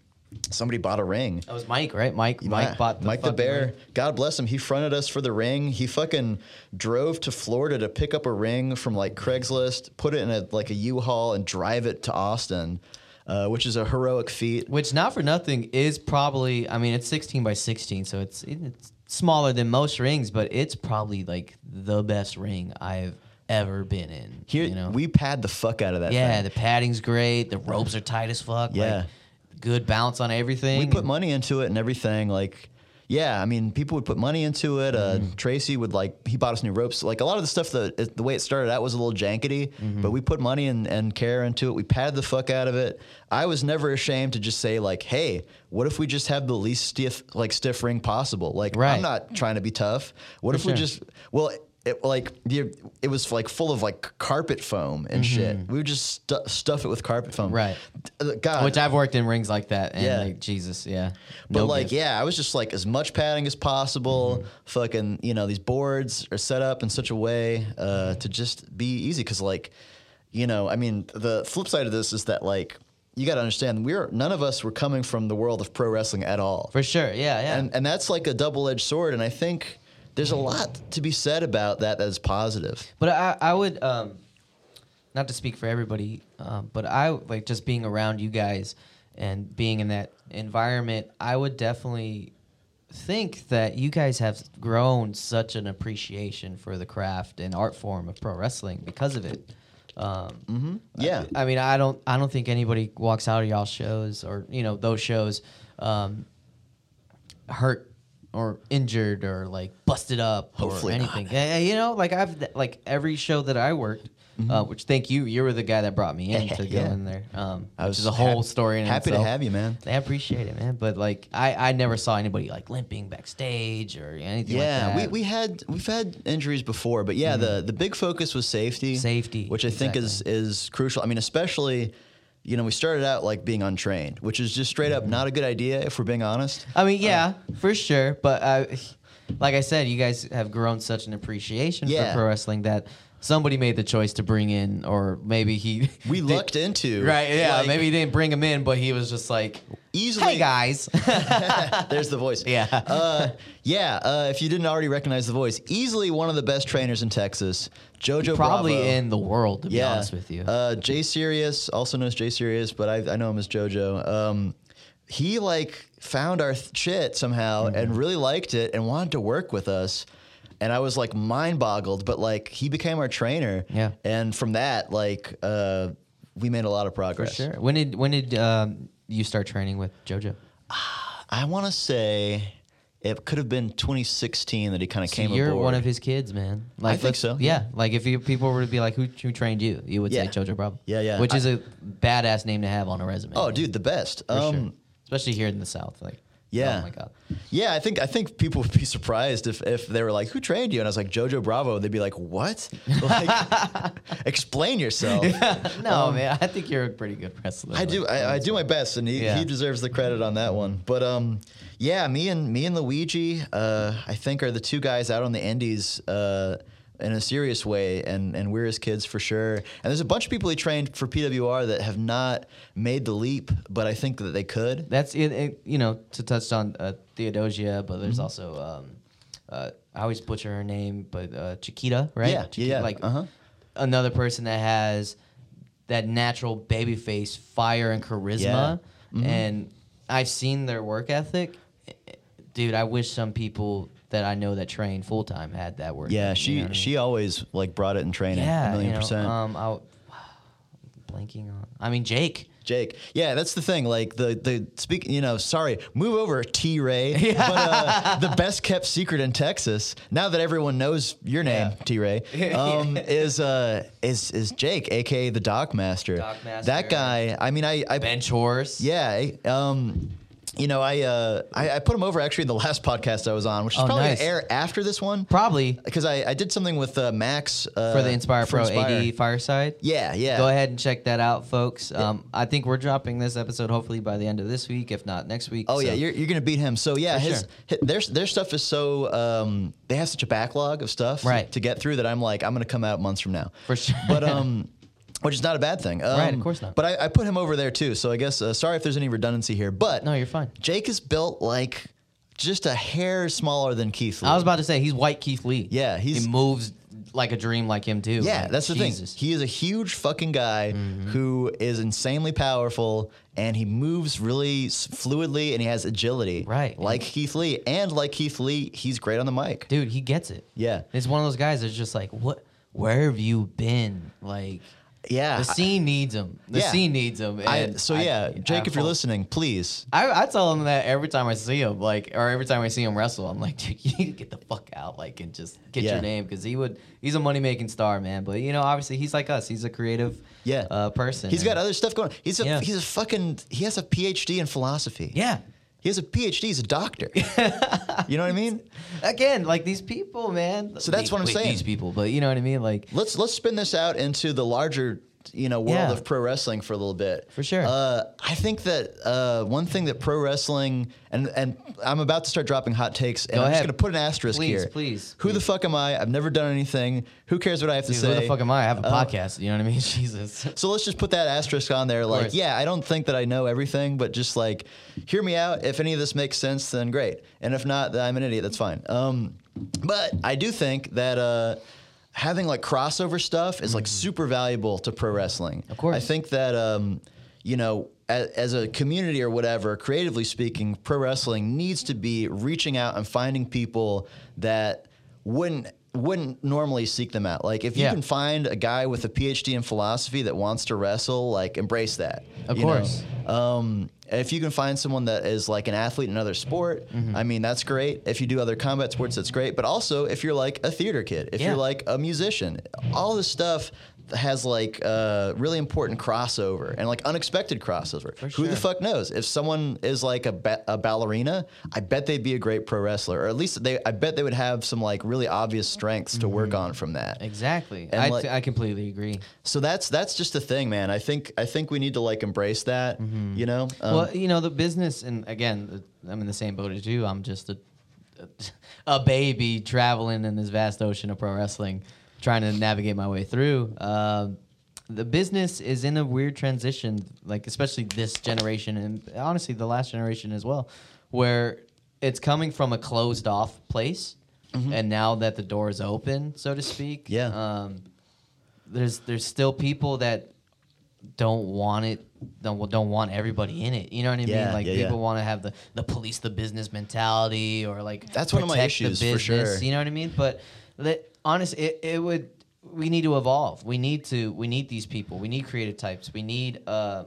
somebody bought a ring. That was Mike, right? Mike. Mike bought the Mike the fucking Bear. ring. God bless him. He fronted us for the ring. He fucking drove to Florida to pick up a ring from like Craigslist, put it in a like a U-Haul, and drive it to Austin, uh, which is a heroic feat. Which, not for nothing, is probably, I mean, it's 16 by 16, so it's, it's smaller than most rings, but it's probably like the best ring I've ever been in. Here you know? we pad the fuck out of that. Yeah, thing. the padding's great. The ropes are tight as fuck. Yeah. Like, good bounce on everything. We put money into it and everything. Like, yeah, I mean, people would put money into it. Uh, Mm-hmm. Tracy would like he bought us new ropes. Like a lot of the stuff that it- the way it started out was a little jankety, Mm-hmm. but we put money and, and care into it. We padded the fuck out of it. I was never ashamed to just say like, hey, what if we just have the least stiff like stiff ring possible? Like, I'm Right. not trying to be tough. What if we sure. just well. It, like the, it was like full of like carpet foam and shit. We would just stu- stuff it with carpet foam. Mm-hmm. Right. Uh, God, Which I've worked in rings like that, and Yeah. like Jesus, yeah. but No like, good. Mm-hmm. yeah, I was just like as much padding as possible. Fucking, you know, these boards are set up in such a way uh, to just be easy because like. you know, I mean, the flip side of this is that like you got to understand we're none of us were coming from the world of pro wrestling at all. For sure. Yeah, yeah. And and that's like a double-edged sword and I think there's a lot to be said about that that is positive. But I, I would, um, not to speak for everybody, um, but I like just being around you guys and being in that environment. I would definitely think that you guys have grown such an appreciation for the craft and art form of pro wrestling because of it. Um, Yeah. I mean, I don't, I don't think anybody walks out of y'all shows or you know those shows um, hurt or injured or like busted up Hopefully or not. anything. Yeah, yeah, you know, like I've like every show that I worked, uh, which thank you, you were the guy that brought me in to go Mm-hmm. Yeah. in there. Um, I which was is a whole hap- story. In happy to itself. have you, man. I appreciate it, man. But like, I I never saw anybody like limping backstage or anything. Yeah, like that. Mm-hmm. we, we had we've had injuries before, but yeah, the the big focus was safety. Safety, which I think is is crucial. I mean, especially you know we started out like being untrained, which is just straight Mm-hmm. up not a good idea if we're being honest. I mean, Uh-huh. yeah, for sure. But I, like I said, you guys have grown such an appreciation Yeah. for pro wrestling that somebody made the choice to bring in, or maybe he We did- lucked into Right? Yeah. like, maybe he didn't bring him in, but he was just like, easily. "Hey guys." There's the voice. Yeah. Uh, yeah. Uh, if you didn't already recognize the voice, easily one of the best trainers in Texas, JoJo. Probably Bravo. in the world, to be yeah. honest with you. Uh, Jay Sirius, also known as Jay Sirius, but I, I know him as JoJo. Um, he like found our th- shit somehow Mm-hmm. and really liked it and wanted to work with us. And I was like mind boggled, but like he became our trainer. Yeah. And from that, like, uh, we made a lot of for progress. sure. When did when did um, you start training with JoJo? I want to say it could have been 2016 that he kind of came You're aboard. one of his kids, man. Like, think let's- so, Yeah. Like if you, people were to be like, "Who who trained you?" You would Yeah. say JoJo Bravo. Yeah, yeah. Which I- is a badass name to have on a resume. oh, man. dude, the best. For Um, sure. especially here in the South. Like, Yeah. oh my god, Yeah, I think I think people would be surprised if, if they were like, "Who trained you?" And I was like, "JoJo Bravo." They'd be like, "What? Like, explain yourself." Oh, no man, I think you're a pretty good wrestler. Um, I do. Like, um, I, I do my best, and he, Yeah. he deserves the credit on that one. But um, yeah, me and me and Luigi, uh, I think are the two guys out on the Indies uh, in a serious way, and and we're his kids for sure. And there's a bunch of people he trained for PWR that have not made the leap, but I think that they could. That's it, it. You know, to touch on uh, Theodosia, but Mm-hmm. there's also um, uh, I always butcher her name, but uh, Chiquita, right? Yeah, yeah, Chiquita, yeah, Like uh-huh. another person that has that natural baby face, fire and charisma, Yeah. Mm-hmm. and I've seen their work ethic. Eh, Dude, I wish some people that I know that train full time had that work. Yeah, ethic, you she know what I mean? she always like brought it in training. Yeah, a million you know, percent. Um, I w- blanking on. I mean, Jake. Jake. Yeah, that's the thing. Like the the speak. You know, sorry, move over T Ray. But uh, the best kept secret in Texas, now that everyone knows your name, T Ray, um, is uh, is is Jake, aka the Doc Master. Doc Master. That guy. I mean, I I Bench horse. yeah. I- Um, you know, I, uh, I I put him over actually in the last podcast I was on, which is Oh, probably nice. gonna air after this one. Probably Because I, I did something with uh, Max uh, for the Inspire for Pro Inspire. AD Fireside. Yeah, yeah. Go ahead and check that out, folks. Um, I think we're dropping this episode hopefully by the end of this week, if not next week. Oh yeah, so- you're, you're gonna beat him. So yeah, For his, sure. hi- their their stuff is so um, they have such a backlog of stuff Right. to get through that I'm like I'm gonna come out months from now For sure. But um, which is not a bad thing. Um, Right, of course not. But I, I put him over there too, so I guess uh, sorry if there's any redundancy here. But No, you're fine. Jake is built like just a hair smaller than Keith. Lee. I was about to say he's white Keith Lee. Yeah, he's- he moves like a dream, like him too. yeah, Like, that's the Jesus. Mm-hmm. thing. He is a huge fucking guy who is insanely powerful and he moves really s- fluidly and he has agility. Right. Like Keith Lee. And like Keith Lee, he's great on the mic. Dude, he gets it. Yeah. it's one of those guys that's just like, what? Where have you been? Like, Yeah. the scene needs him. The Yeah. scene needs him. I, and so I- yeah, I Jake, if you're full- listening, please. I, I tell him that every time I see him, like, or every time I see him wrestle, I'm like, dude, you need to get the fuck out, like, and just get Yeah. your name, because he would, he's a money making star, man. But you know, obviously, he's like us. He's a creative, Yeah. uh, person. He's got and- other stuff going. He's a Yeah. he's a fucking he has a PhD in philosophy. yeah. He has a PhD, he's a doctor. you know what I mean? Again, like these people, man. So that's These- what I'm wait, saying. These people, but you know what I mean, like, Let's let's spin this out into the larger you know world Yeah. of pro wrestling for a little bit. For sure. Uh, I think that uh, one thing that pro wrestling and and I'm about to start dropping hot takes, and Go I'm just ahead. gonna put an asterisk Please, here. please, Who the fuck am I? I've never done anything. Who cares what I have to Dude, say? who the fuck am I? I have a Uh, podcast. You know what I mean? Jesus. So let's just put that asterisk on there. Like, course. yeah, I don't think that I know everything, but just like, hear me out. If any of this makes sense, then great. And if not, then I'm an idiot. That's fine. Um, but I do think that uh, having like crossover stuff is like super valuable to pro wrestling. Of course. I think that, um, you know, as, as a community or whatever, creatively speaking, pro wrestling needs to be reaching out and finding people that wouldn't wouldn't normally seek them out. Like if you Yeah. can find a guy with a PhD in philosophy that wants to wrestle, like embrace that. Of you know? course. Um, if you can find someone that is like an athlete in another sport, Mm-hmm. I mean that's great. If you do other combat sports, that's great. But also if you're like a theater kid, if Yeah. you're like a musician, all this stuff has like uh, really important crossover and like unexpected crossover. Who the sure. fuck knows? If someone is like a, ba- a ballerina, I bet they'd be a great pro wrestler, or at least they. I bet they would have some like really obvious strengths to work Mm-hmm. on from that. Exactly. And I, like- t- I completely agree. So that's that's just the thing, man. I think I think we need to like embrace that. You know, um, Mm-hmm. well, you know, the business, and again, the- I'm in the same boat as you. I'm just a, a baby traveling in this vast ocean of pro wrestling, trying to navigate my way through. Um the business is in a weird transition, like especially this generation, and honestly, the last generation as well, where it's coming from a closed off place, and now that the door is open, so to speak, Mm-hmm. Yeah. um, there's there's still people that don't want it don't don't want everybody in it. You know what I mean? Yeah, Like yeah, yeah. people want to have the the police the business mentality or like That's one of my protect the issues, for business, sure. You know what I mean? But let, honest, it, it would we need to evolve. We need to we need these people. We need creative types. We need uh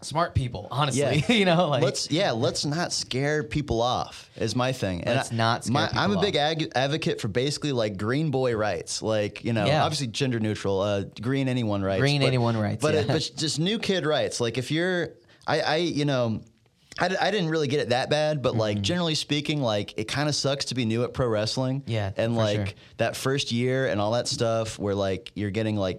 smart people. Honestly, Yeah. you know, like let's yeah, let's not scare people off is my thing. And Let's not scare my, I'm a people big ag- advocate for basically like green boy rights, like you know, Yeah. obviously gender neutral, uh, green anyone rights, Green anyone rights, but yeah. it- but just new kid rights. Like if you're, I I you know. I, d- I didn't really get it that bad, but Mm-hmm. like generally speaking, like it kind of sucks to be new at pro wrestling. Yeah, and for like sure. that first year and all that stuff, where like you're getting like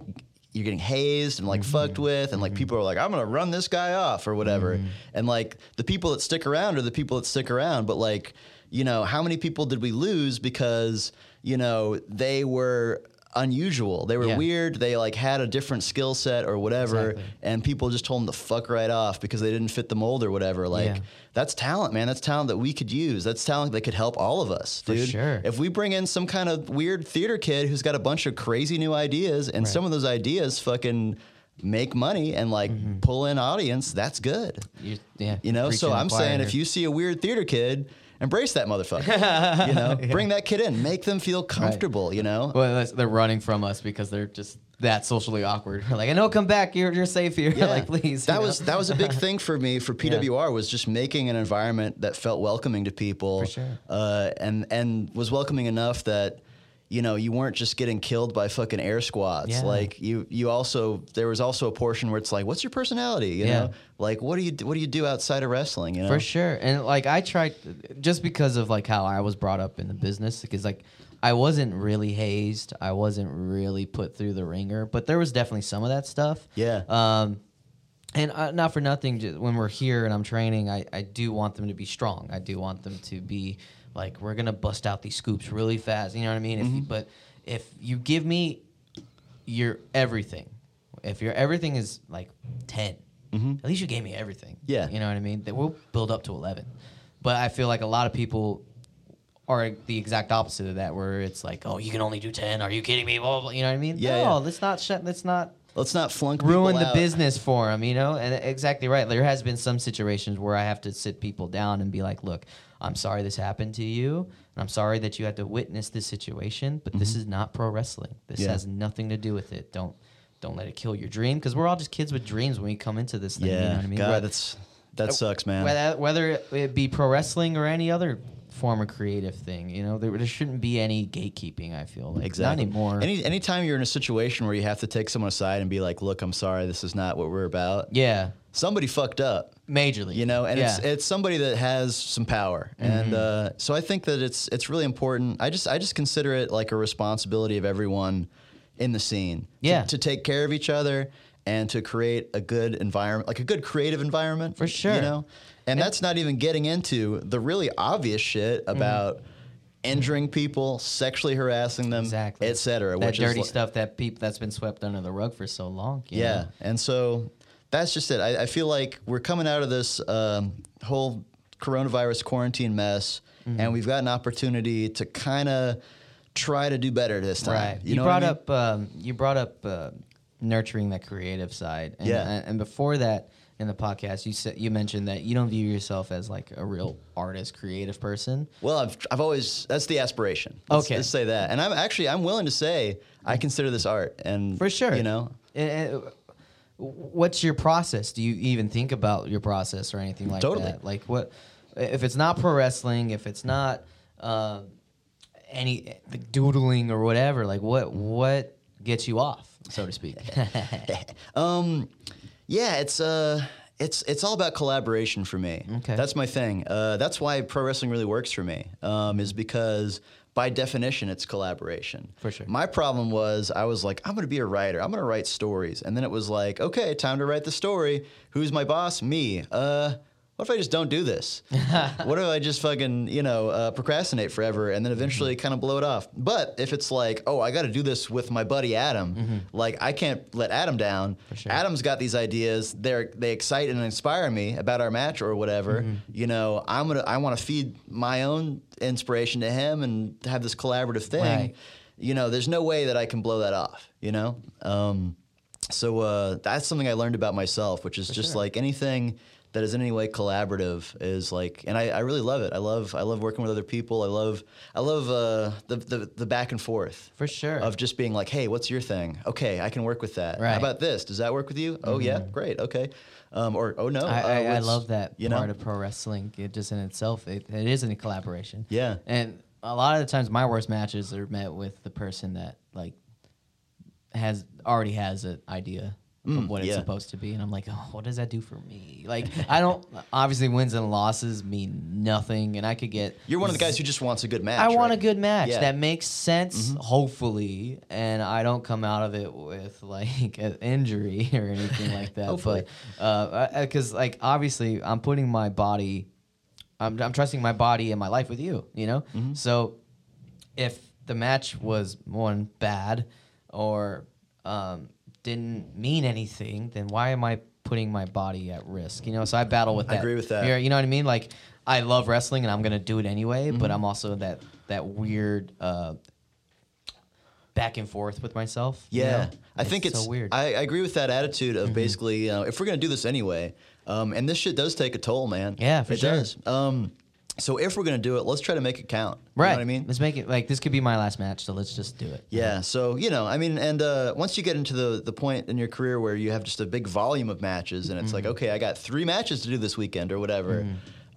you're getting hazed and like Mm-hmm. fucked with, and like people are like, I'm gonna run this guy off or whatever, Mm-hmm. and like the people that stick around are the people that stick around, but like you know how many people did we lose because you know they were unusual they were Yeah. weird they like had a different skill set or whatever Exactly. and people just told them to fuck right off because they didn't fit the mold or whatever like Yeah. that's talent man that's talent that we could use that's talent that could help all of us dude sure. if we bring in some kind of weird theater kid who's got a bunch of crazy new ideas and some of those ideas fucking make money and like pull in audience, that's good. you, yeah, You know, preaching so to Mm-hmm. the I'm choir saying here. if you see a weird theater kid, embrace that motherfucker. you know, bring that kid in, make them feel comfortable, you know? Well, that's- they're running from us because they're just that socially awkward. like, I know, come back. You're you're safe here. Yeah. like, please. That you know? was that was a big thing for me for PWR was just making an environment that felt welcoming to people, For sure. uh, and and was welcoming enough that you know you weren't just getting killed by fucking air squads. Yeah. Like you you also there was also a portion where it's like, what's your personality? You Yeah. know, like what do you what do you do outside of wrestling? You know, For sure. And like I tried just because of like how I was brought up in the business because like I wasn't really hazed. I wasn't really put through the ringer, but there was definitely some of that stuff. Yeah. Uh, Um and uh, not for nothing ju- when we're here and I'm training, I I do want them to be strong. I do want them to be like we're going to bust out these scoops really fast, you know what I mean? If you, but if you give me your everything, if your everything is like 10, at least you gave me everything. Yeah. You know what I mean? They will build up to 11. But I feel like a lot of people are the exact opposite of that, where it's like, oh, you can only do 10. Are you kidding me? Blah, blah, blah. You know what I mean? Yeah, No, yeah. let's not shut, let's not Let's not flunk ruin people the out. business for them, you know? And e, exactly right. There has been some situations where I have to sit people down and be like, look, I'm sorry this happened to you. And I'm sorry that you had to witness this situation, but Mm-hmm. this is not pro wrestling. This Yeah. has nothing to do with it. Don't don't let it kill your dream because we're all just kids with dreams when we come into this thing. Yeah, you know what I mean? God, Whether- uh, that's that sucks, man. whether, whether it be pro wrestling or any other form of creative thing, you know, there, there shouldn't be any gatekeeping, I feel. Like, Exactly. Not anymore. Any anytime you're in a situation where you have to take someone aside and be like, "Look, I'm sorry, this is not what we're about." yeah. Somebody fucked up. Majorly. you know and it's Yeah. Mm-hmm. it's somebody that has some power and uh, so i think that it's it's really important i just i just consider it like a responsibility of everyone in the scene. to- Yeah. To, take care of each other and to create a good environment, like a good creative environment. For y- sure. You know? And, that's not even getting into the really obvious shit Mm-hmm. about injuring people, sexually harassing them, Exactly. et cetera. That which dirty is, li- stuff that peep that's been swept under the rug for so long. you yeah. know? And so that's just it. I, I feel like we're coming out of this um, whole coronavirus quarantine mess, Mm-hmm. and we've got an opportunity to kind of try to do better this time. Right. You, know what I brought up mean? um, you brought up uh, nurturing that creative side. And, Yeah. And, and before that, in the podcast, you said you mentioned that you don't view yourself as like a real artist, creative person. Well, I've, I've always that's the aspiration. Let's, Okay. let's say that. And I'm actually I'm willing to say I consider this art, and For sure. you know, Uh, uh, What's your process? Do you even think about your process or anything like Totally. that? Like what if it's not pro wrestling, if it's not uh, any like doodling or whatever, like what what gets you off, so to speak? um, yeah, it's uh, it's it's all about collaboration for me. Okay. that's my thing. Uh, that's why pro wrestling really works for me. Um, is because by definition it's collaboration. For sure. My problem was I was like, I'm gonna be a writer. I'm gonna write stories, and then it was like, okay, time to write the story. Who's my boss? Me. Uh. What if I just don't do this? what if I just fucking, you know, uh, procrastinate forever and then Mm-hmm. eventually kind of blow it off? But if it's like, oh, I got to do this with my buddy Adam, like I can't let Adam down. Mm-hmm. sure. Adam's got these ideas. They they excite and inspire me about our match or whatever. Mm-hmm. You know, I'm gonna I want to feed my own inspiration to him and have this collaborative thing. Right. You know, there's no way that I can blow that off. You know. Um, so uh, that's something I learned about myself, which is just like anything that is in any way collaborative is like, and I, I really love it. I love I love working with other people. I love I love uh, the, the the back and forth For sure. of just being like, hey, what's your thing? Okay, I can work with Right. that. Mm-hmm. How about this? Does that work with you? Oh yeah, great. Okay, um, or oh no, I, uh, I, I what's- love that You know, part of pro wrestling. It just in itself, it, it is a collaboration. Yeah. And a lot of the times, my worst matches are met with the person that like has already has an idea of what it's Mm, yeah. supposed to be, and I'm like, oh, what does that do for me? Like, I don't obviously wins and losses mean nothing, and I could get you're one of the guys who just wants a good match. I want right? a good match Yeah. Mm-hmm. that makes sense, hopefully, and I don't come out of it with like an injury or anything like that. but uh, because like obviously, I'm putting my body, I'm, I'm trusting my body and my life with you, you know. Mm-hmm. So if the match was one bad or um, didn't mean anything, then why am I putting my body at risk? You know, so I battle with I that. agree with that. fear, you know what I mean? Like I love wrestling and I'm gonna do it anyway, Mm-hmm. but I'm also that that weird uh, back and forth with myself. you Yeah, know? I think it's so weird. Mm-hmm. I, I agree with that attitude of basically, uh, if we're gonna do this anyway, um, and this shit does take a toll, man. Yeah, for it sure. does. Um, so if we're gonna do it, let's try to make it count. right. You know what I mean? Let's make it like this could be my last match, so let's just do it. Yeah. So you know, I mean, and uh, once you get into the the point in your career where you have just a big volume of matches, and it's Mm-hmm. like, okay, I got three matches to do this weekend or whatever.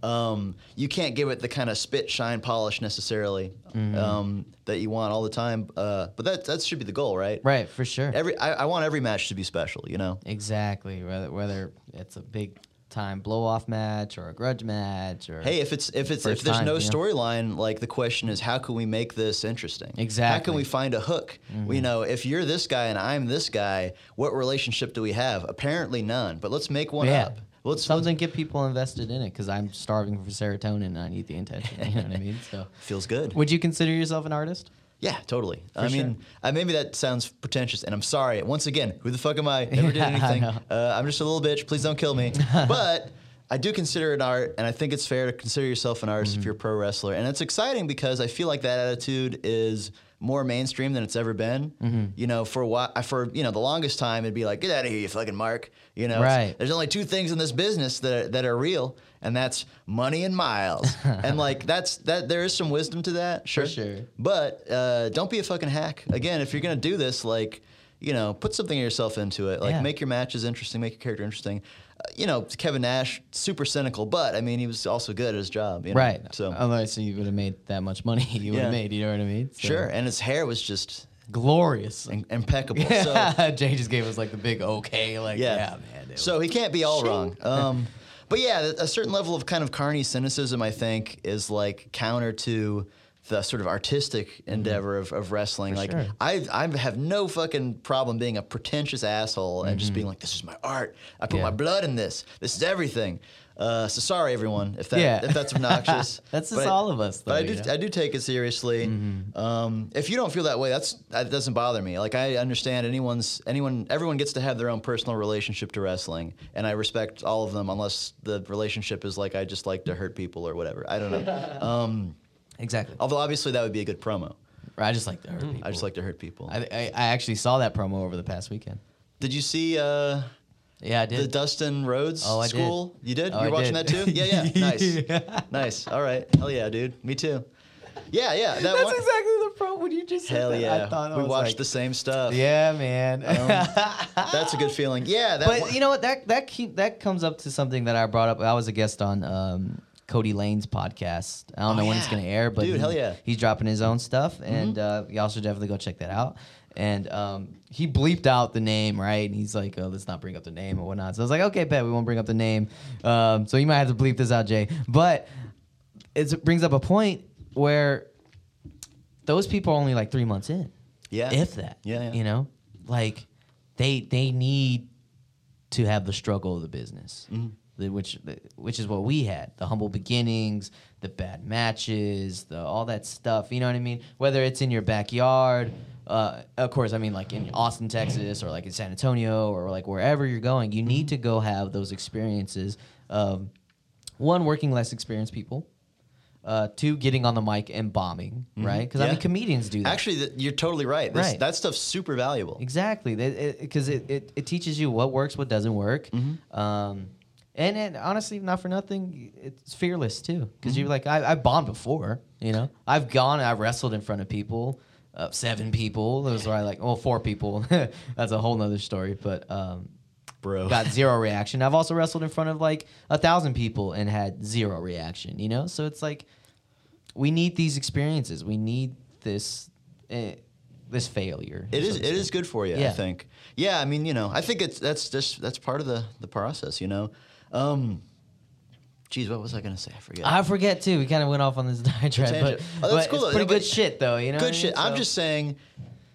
Um, you can't give it the kind of spit, shine, polish necessarily Mm-hmm. um, that you want all the time. Uh, but that that should be the goal, right? Right, for sure. Every I, I want every match to be special, you know. exactly. Whether whether it's a big time blow off match or a grudge match or Hey, if it's if it's First if there's time, no yeah. storyline, like the question is, how can we make this interesting? How Exactly. Mm-hmm. can we find a hook? You know, if you're this guy and I'm this guy, what relationship do we have? Apparently none. But let's make one up. Let's something get people invested in it because I'm starving for serotonin and I need the attention. You know what I mean? So, feels good. would you consider yourself an artist? Yeah, totally. I sure. mean, uh, maybe that sounds pretentious, and I'm sorry. Once again, who the fuck am I? Never did Yeah, I anything. know. uh, I'm just a little bitch. Please don't kill me. but I do consider it art, and I think it's fair to consider yourself an Mm-hmm. artist if you're a pro wrestler. And it's exciting because I feel like that attitude is more mainstream than it's ever been. Mm-hmm. You know, for a while, for you know, the longest time it'd be like, get out of here, you fucking mark. You know, it's- Right. there's only two things in this business that are, that are real, and that's money and miles. and like that's that there is some wisdom to that, sure. sure. But uh, don't be a fucking hack. Again, if you're gonna do this, like, you know, put something of yourself into it. Like, Yeah. make your matches interesting, make your character interesting. Uh, you know, Kevin Nash, super cynical, but I mean, he was also good at his job. You know? Right. Uh, So otherwise, you would have made that much money. You would Yeah. have made. You know what I mean? So, sure, and his hair was just Glorious. im- impeccable. So Jay just gave us like the big okay. Like yeah, man. it So he can't be all wrong. Um, but yeah, a certain level of kind of carny cynicism, I think, is like counter to the sort of artistic endeavor of, of wrestling. like Mm-hmm. sure. I I have no fucking problem being a pretentious asshole and just being like, this is my art. I put Mm-hmm. Yeah. my blood in this. This is everything. Uh, so sorry everyone if that Yeah. if that's obnoxious. That's But just I- all of us, But I though, Mm-hmm. do you know? I do take it seriously. Um, if you don't feel that way, that's that doesn't bother me. Like I understand anyone's anyone everyone gets to have their own personal relationship to wrestling, and I respect all of them unless the relationship is like I just like to hurt people or whatever. I don't know. um, Exactly. although obviously that would be a good promo. Or I just like to hurt people. Mm-hmm. I just like to hurt people. I, I, I actually saw that promo over the past weekend. Did you see uh, Yeah, I the did. Dustin Rhodes Oh, I did. school? You did? Oh, You're I watching did. that too? Yeah, yeah. Nice. Yeah. Nice. All right. Hell yeah, dude. Me too. Yeah, yeah. That That's one. exactly the promo. When you just said Hell that, yeah. I thought I we was watched like, the same stuff. Um, Yeah, man. That's a good feeling. Yeah, that but one- you know what? That that keep that comes up to something that I brought up. I was a guest on um, Cody Lane's podcast. I don't Oh, know when yeah. it's gonna air, but Dude, he- hell yeah. Mm-hmm. he's dropping his own stuff, and uh, y'all should definitely go check that out. And um, he bleeped out the name, right? And he's like, oh, let's not bring up the name and whatnot. So I was like, okay, bet we won't bring up the name. Um, so you might have to bleep this out, Jay. But it's, it brings up a point where those people are only like three months in. Yeah. If that. Yeah, yeah. You know? Like they they need to have the struggle of the business. Mm-hmm. The- Which which is what we had. The humble beginnings, the bad matches, the all that stuff. You know what I mean? Whether it's in your backyard, uh, of course, I mean like in Austin, Texas, or like in San Antonio, or like wherever you're going, you Mm-hmm. need to go have those experiences of one working less experienced people, uh, two getting on the mic and bombing, right? Because I Mm-hmm. Yeah. mean, comedians do that. Actually, th- you're totally right. This, Right. That stuff's super valuable. Exactly, because it, it, it teaches you what works, what doesn't work, Mm-hmm. um, and and honestly, not for nothing, it's fearless too. Because you're Mm-hmm. like, I, I bombed before, you know, I've gone, and I've wrestled in front of people, uh, seven people. Those were like, well, four people. That's a whole nother story, but um, Bro. got zero reaction. I've also wrestled in front of like a thousand people and had zero reaction. You know, so it's like we need these experiences. We need this. Eh, this failure. It so is. to It is good for you. I Yeah. think. Yeah. I mean, you know, I think it's that's just that's part of the the process. You know. Um, geez, what was I gonna say? I forget. I forget too. We kind of went off on this diatribe, but, Tangent. Oh, that's but cool, it's pretty though, good but- shit though. You know, what I good mean? shit. I'm So- just saying,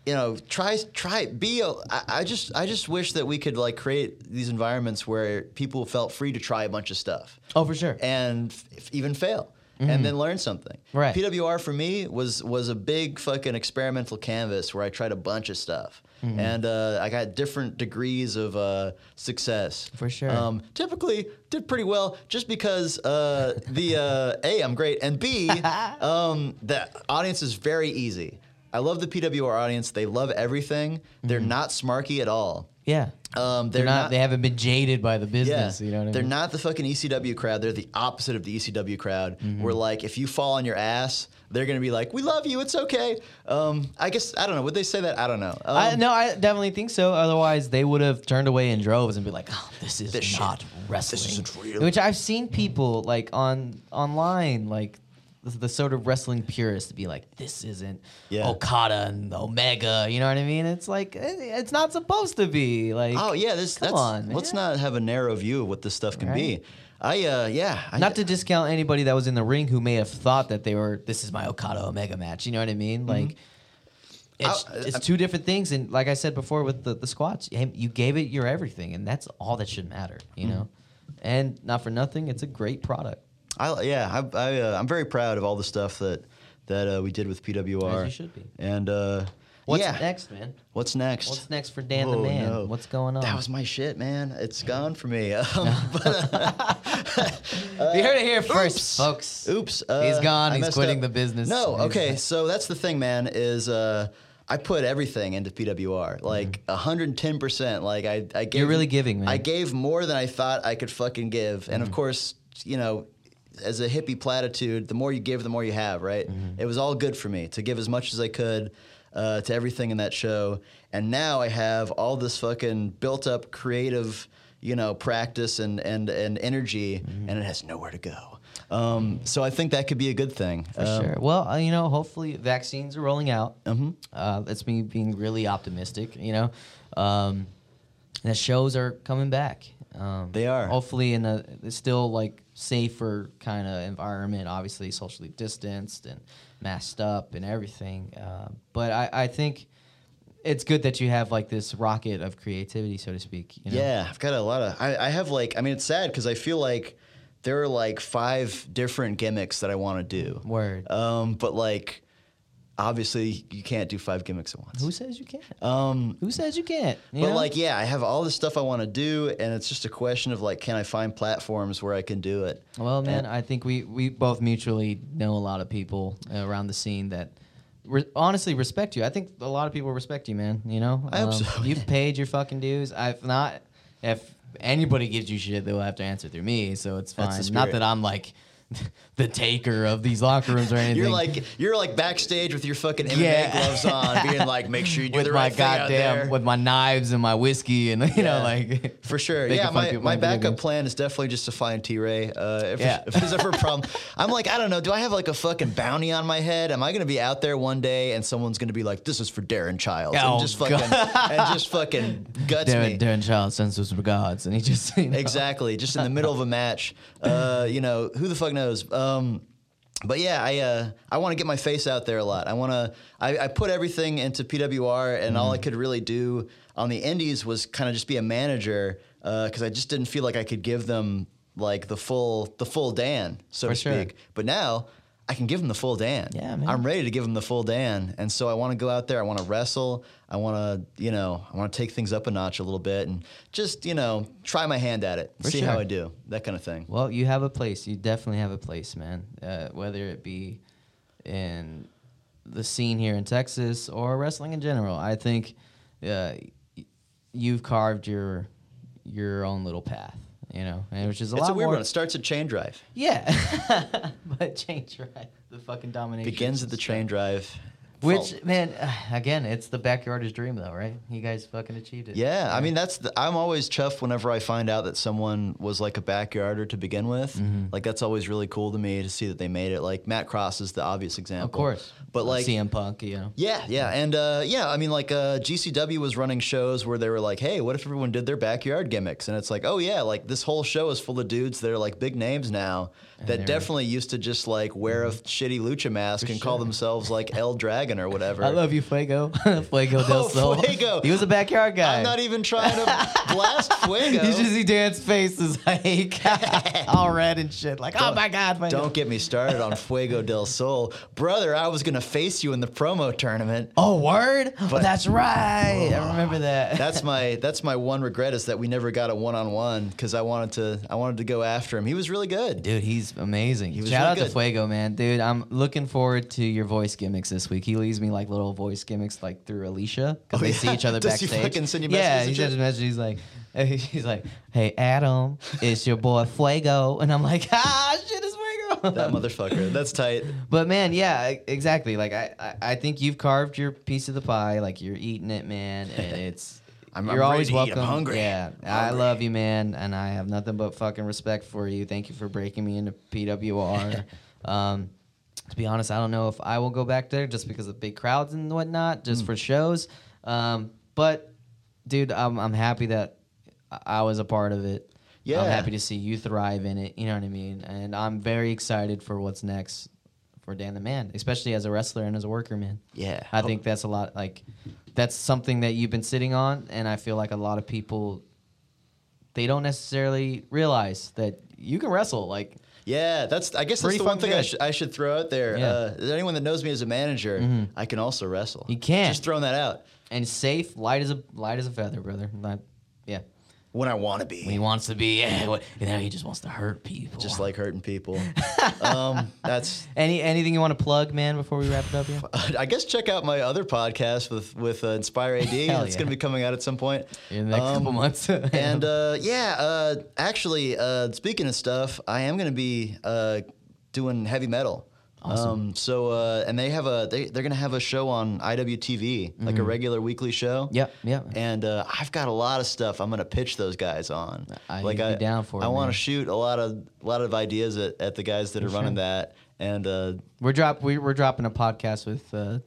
you know, try try be. A, I, I just I just wish that we could like create these environments where people felt free to try a bunch of stuff. oh for sure. and f- even fail and then learn something. Mm-hmm. Right. PWR for me was was a big fucking experimental canvas where I tried a bunch of stuff. Mm-hmm. And uh, I got different degrees of uh, success. For sure. Um, typically, did pretty well just because uh, the uh, A, I'm great, and B, um, the audience is very easy. I love the PWR audience. They love everything. They're not smarky at all. yeah, Um, Mm-hmm. they're, not, They haven't been jaded by the business. yeah. You know what I mean? They're not the fucking ECW crowd. They're the opposite of the ECW crowd. Mm-hmm. Where like if you fall on your ass, they're gonna be like, "We love you. It's okay." Um, I guess I don't know. Would they say that? I don't know. Um, I, no, I definitely think so. Otherwise, they would have turned away in droves and be like, "Oh, this is This shit. not wrestling." isn't real. Which I've seen people like on online, like the, the sort of wrestling purists, be like, "This isn't Yeah. Okada and Omega." You know what I mean? It's like it, it's not supposed to be. Like, Oh yeah. This. come that's, on, man. Let's not have a narrow view of what this stuff can be. Right. I uh yeah. I, Not to discount anybody that was in the ring who may have thought that they were this is my Okada Omega match. You know what I mean? Like it's, Mm-hmm. I- it's two different things. And like I said before with the, the squats, you you gave it your everything, and that's all that should matter, you Mm-hmm. know? And not for nothing, it's a great product. I yeah. I, I uh, I'm very proud of all the stuff that that uh, we did with PWR. As you should be. And uh, What's yeah. next, man? What's next? What's next for Dan the Oh, Man? no. What's going on? That was my shit, man. It's gone for me. Um, uh, you heard it here first, oops. folks. Oops. Uh, He's gone. I He's messed quitting up. the business. No. He's- Okay. So that's the thing, man. Is uh, I put everything into PWR, like 110 percent. Like I, I gave. Mm. You're really giving, man. I gave more than I thought I could fucking give, and of Mm-hmm. course, you know. As a hippie platitude, the more you give, the more you have, right? Mm-hmm. It was all good for me to give as much as I could uh, to everything in that show. And now I have all this fucking built up creative, you know, practice and, and, and energy, Mm-hmm. and it has nowhere to go. Um, so I think that could be a good thing. Um, For sure. Well, uh, you know, hopefully vaccines are rolling out. Mm-hmm. Uh, that's me being really optimistic. You know, um, and the shows are coming back. Um, They are. Hopefully, in a it's still like safer kind of environment, obviously socially distanced and masked up and everything. Uh, but I, I think it's good that you have like this rocket of creativity, so to speak. You know? Yeah, I've got a lot of. I, I have like, I mean, it's sad because I feel like there are like five different gimmicks that I want to do. Word. Um, but like, obviously, you can't do five gimmicks at once. Who says you can't? um, Who says you can't? You but know? like, yeah, I have all this stuff I want to do, and it's just a question of like, can I find platforms where I can do it? Well, man, I think we, we both mutually know a lot of people around the scene that re- honestly respect you. I think a lot of people respect you, man. You know, Um, I hope so. You've paid your fucking dues. I've not. If anybody gives you shit, they'll have to answer through me. So it's That's fine. the Not spirit. that I'm like the taker of these locker rooms or anything. You're like you're like backstage with your fucking MMA Yeah. gloves on, being like, make sure you do with the my right thing out there. goddamn with my knives and my whiskey and you know Yeah. like For sure. making yeah, fun of my, people my in video backup games. plan is definitely just to find T Ray. Uh, if, Yeah. if there's ever a problem, I'm like, I don't know. Do I have like a fucking bounty on my head? Am I going to be out there one day and someone's going to be like, this is for Darren Childs? Oh, and, just fucking, and just fucking guts me. Darren, Darren Child sends us regards and he just you know. Exactly. Just in the middle of a match. Uh, you know, who the fuck knows? Um, but yeah, I uh, I want to get my face out there a lot. I want to. I, I put everything into PWR, and all I Mm-hmm. could really do on the indies was kind of just be a manager because I just didn't feel like I could give them like the full the full Dan, so For to sure. speak. But now. I can give them the full Dan. Yeah, man. I'm ready to give them the full Dan, and so I want to go out there. I want to wrestle. I want to, you know, I want to take things up a notch a little bit and just, you know, try my hand at it, For see how sure. I do, that kind of thing. Well, you have a place. You definitely have a place, man. Uh, whether it be in the scene here in Texas or wrestling in general, I think uh, y- you've carved your your own little path. You know, and which is a it's lot a weird more. one. It starts at chain drive. Yeah, but chain drive, the fucking domination begins at the train drive. Which Fault. man, uh, again, it's the backyarder's dream, though, right? You guys fucking achieved it. Yeah, I mean that's the, I'm always chuffed whenever I find out that someone was like a backyarder to begin with. Mm-hmm. Like that's always really cool to me to see that they made it. Like Matt Cross is the obvious example. of course. But like CM Punk, you know. Yeah, yeah, and uh, yeah, I mean, like uh, GCW was running shows where they were like, "Hey, what if everyone did their backyard gimmicks?" And it's like, "Oh yeah, like this whole show is full of dudes that are like big names now that they're- definitely used to just like wear a shitty lucha mask and call Mm-hmm. sure. themselves like El Dragon or whatever." I love you, Fuego. Fuego Oh, del Sol. Fuego. He was a backyard guy. I'm not even trying to blast Fuego. He's just he dance faces like all red and shit. Like, oh my god, my Don't get me started on Fuego del Sol, brother. I was gonna face you in the promo tournament. Oh word? But- That's right. I remember that. That's my that's my one regret is that we never got a one on one because I wanted to I wanted to go after him. He was really good. Dude, he's amazing. was Shout really out to good. Fuego, man. Dude, I'm looking forward to your voice gimmicks this week. He leaves me like little voice gimmicks like through Alicia because Oh, they yeah? see each other Does he backstage. fucking send you yeah, messages he and sends messages. shit? He's like, he's like, hey Adam, it's your boy Fuego, and I'm like, ah, shit, it's Fuego. That motherfucker. That's tight. But man, yeah, e- exactly. Like I, I, I think you've carved your piece of the pie. Like you're eating it, man, and it's. I'm- I'm you're ready always to eat. I'm welcome. hungry. Yeah, I'm I hungry. love you, man, and I have nothing but fucking respect for you. Thank you for breaking me into PWR. um, to be honest, I don't know if I will go back there just because of big crowds and whatnot, Hmm. just for shows. Um, but dude, I'm I'm happy that I- I was a part of it. Yeah. I'm happy to see you thrive in it. You know what I mean? And I'm very excited for what's next for Dan the Man, especially as a wrestler and as a worker, man. Yeah. I think that's a lot like that's something that you've been sitting on and I feel like a lot of people they don't necessarily realize that you can wrestle like Yeah, that's. I guess that's Pretty the one fucking thing I, good. sh- I should throw out there. Yeah. Mm-hmm. Uh, anyone that knows me as a manager, I can also wrestle. You can. just throwing that out and safe, light as a light as a feather, brother. Not, yeah. when I want to be. He wants to be yeah, what, you know, he just wants to hurt people. just like hurting people. um, that's. any anything you want to plug, man, before we wrap it up here? I guess check out my other podcast with with uh, Inspire AD. it's Hell yeah. going to be coming out at some point In the next Um, couple months. and uh, yeah, uh, actually, uh, speaking of stuff, I am going to be uh, doing heavy metal. Awesome. Um, so uh, and they have a they they're going to have a show on IWTV, like a regular weekly show. Mm-hmm. Yep, yep. And uh, I've got a lot of stuff I'm going to pitch those guys on. I- you'd be down for it, I want man. to shoot a lot of a lot of ideas at, at the guys that are running that. And uh, We're drop we, we're dropping a podcast with uh,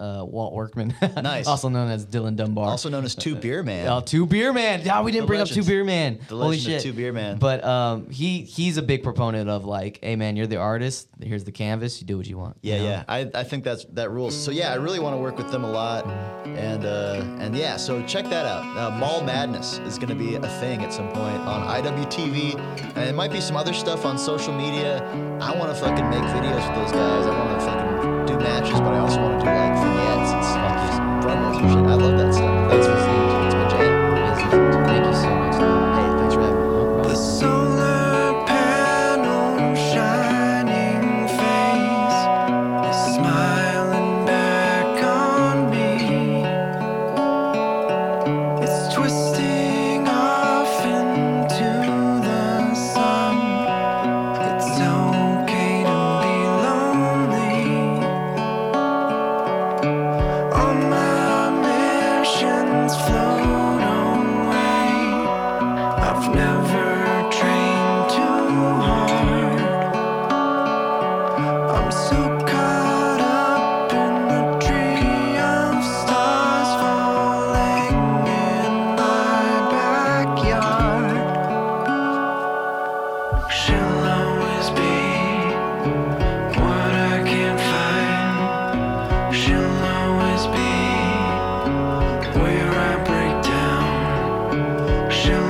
uh, Walt Workman, Nice. also known as Dylan Dunbar, Also known as Two Beer Man. Oh, Two Beer Man. Yeah, we didn't The bring up legends. Two Beer Man. The Holy legend shit. of Two Beer Man. But um, he he's a big proponent of like, hey man, you're the artist. Here's the canvas. You do what you want. you Yeah, know? yeah. I, I think that's that rules. So yeah, I really want to work with them a lot, and uh, and yeah. So check that out. Uh, Mall Madness is going to be a thing at some point on IWTV, and it might be some other stuff on social media. I want to fucking make videos with those guys. I want to fucking do matches, but I also want to do like vignettes and stuff, just promos and shit. I love that stuff. That's that's my jam. Thank you so much. Hey, thanks for having me. The solar panel shining face is smiling back on me. It's twisting off into the sun. It's okay to be lonely. All my missions float away. I've never trained too hard. I'm so caught up in the tree of stars falling in my backyard. She'll always be what I can't find. She'll always be where I break down. She'll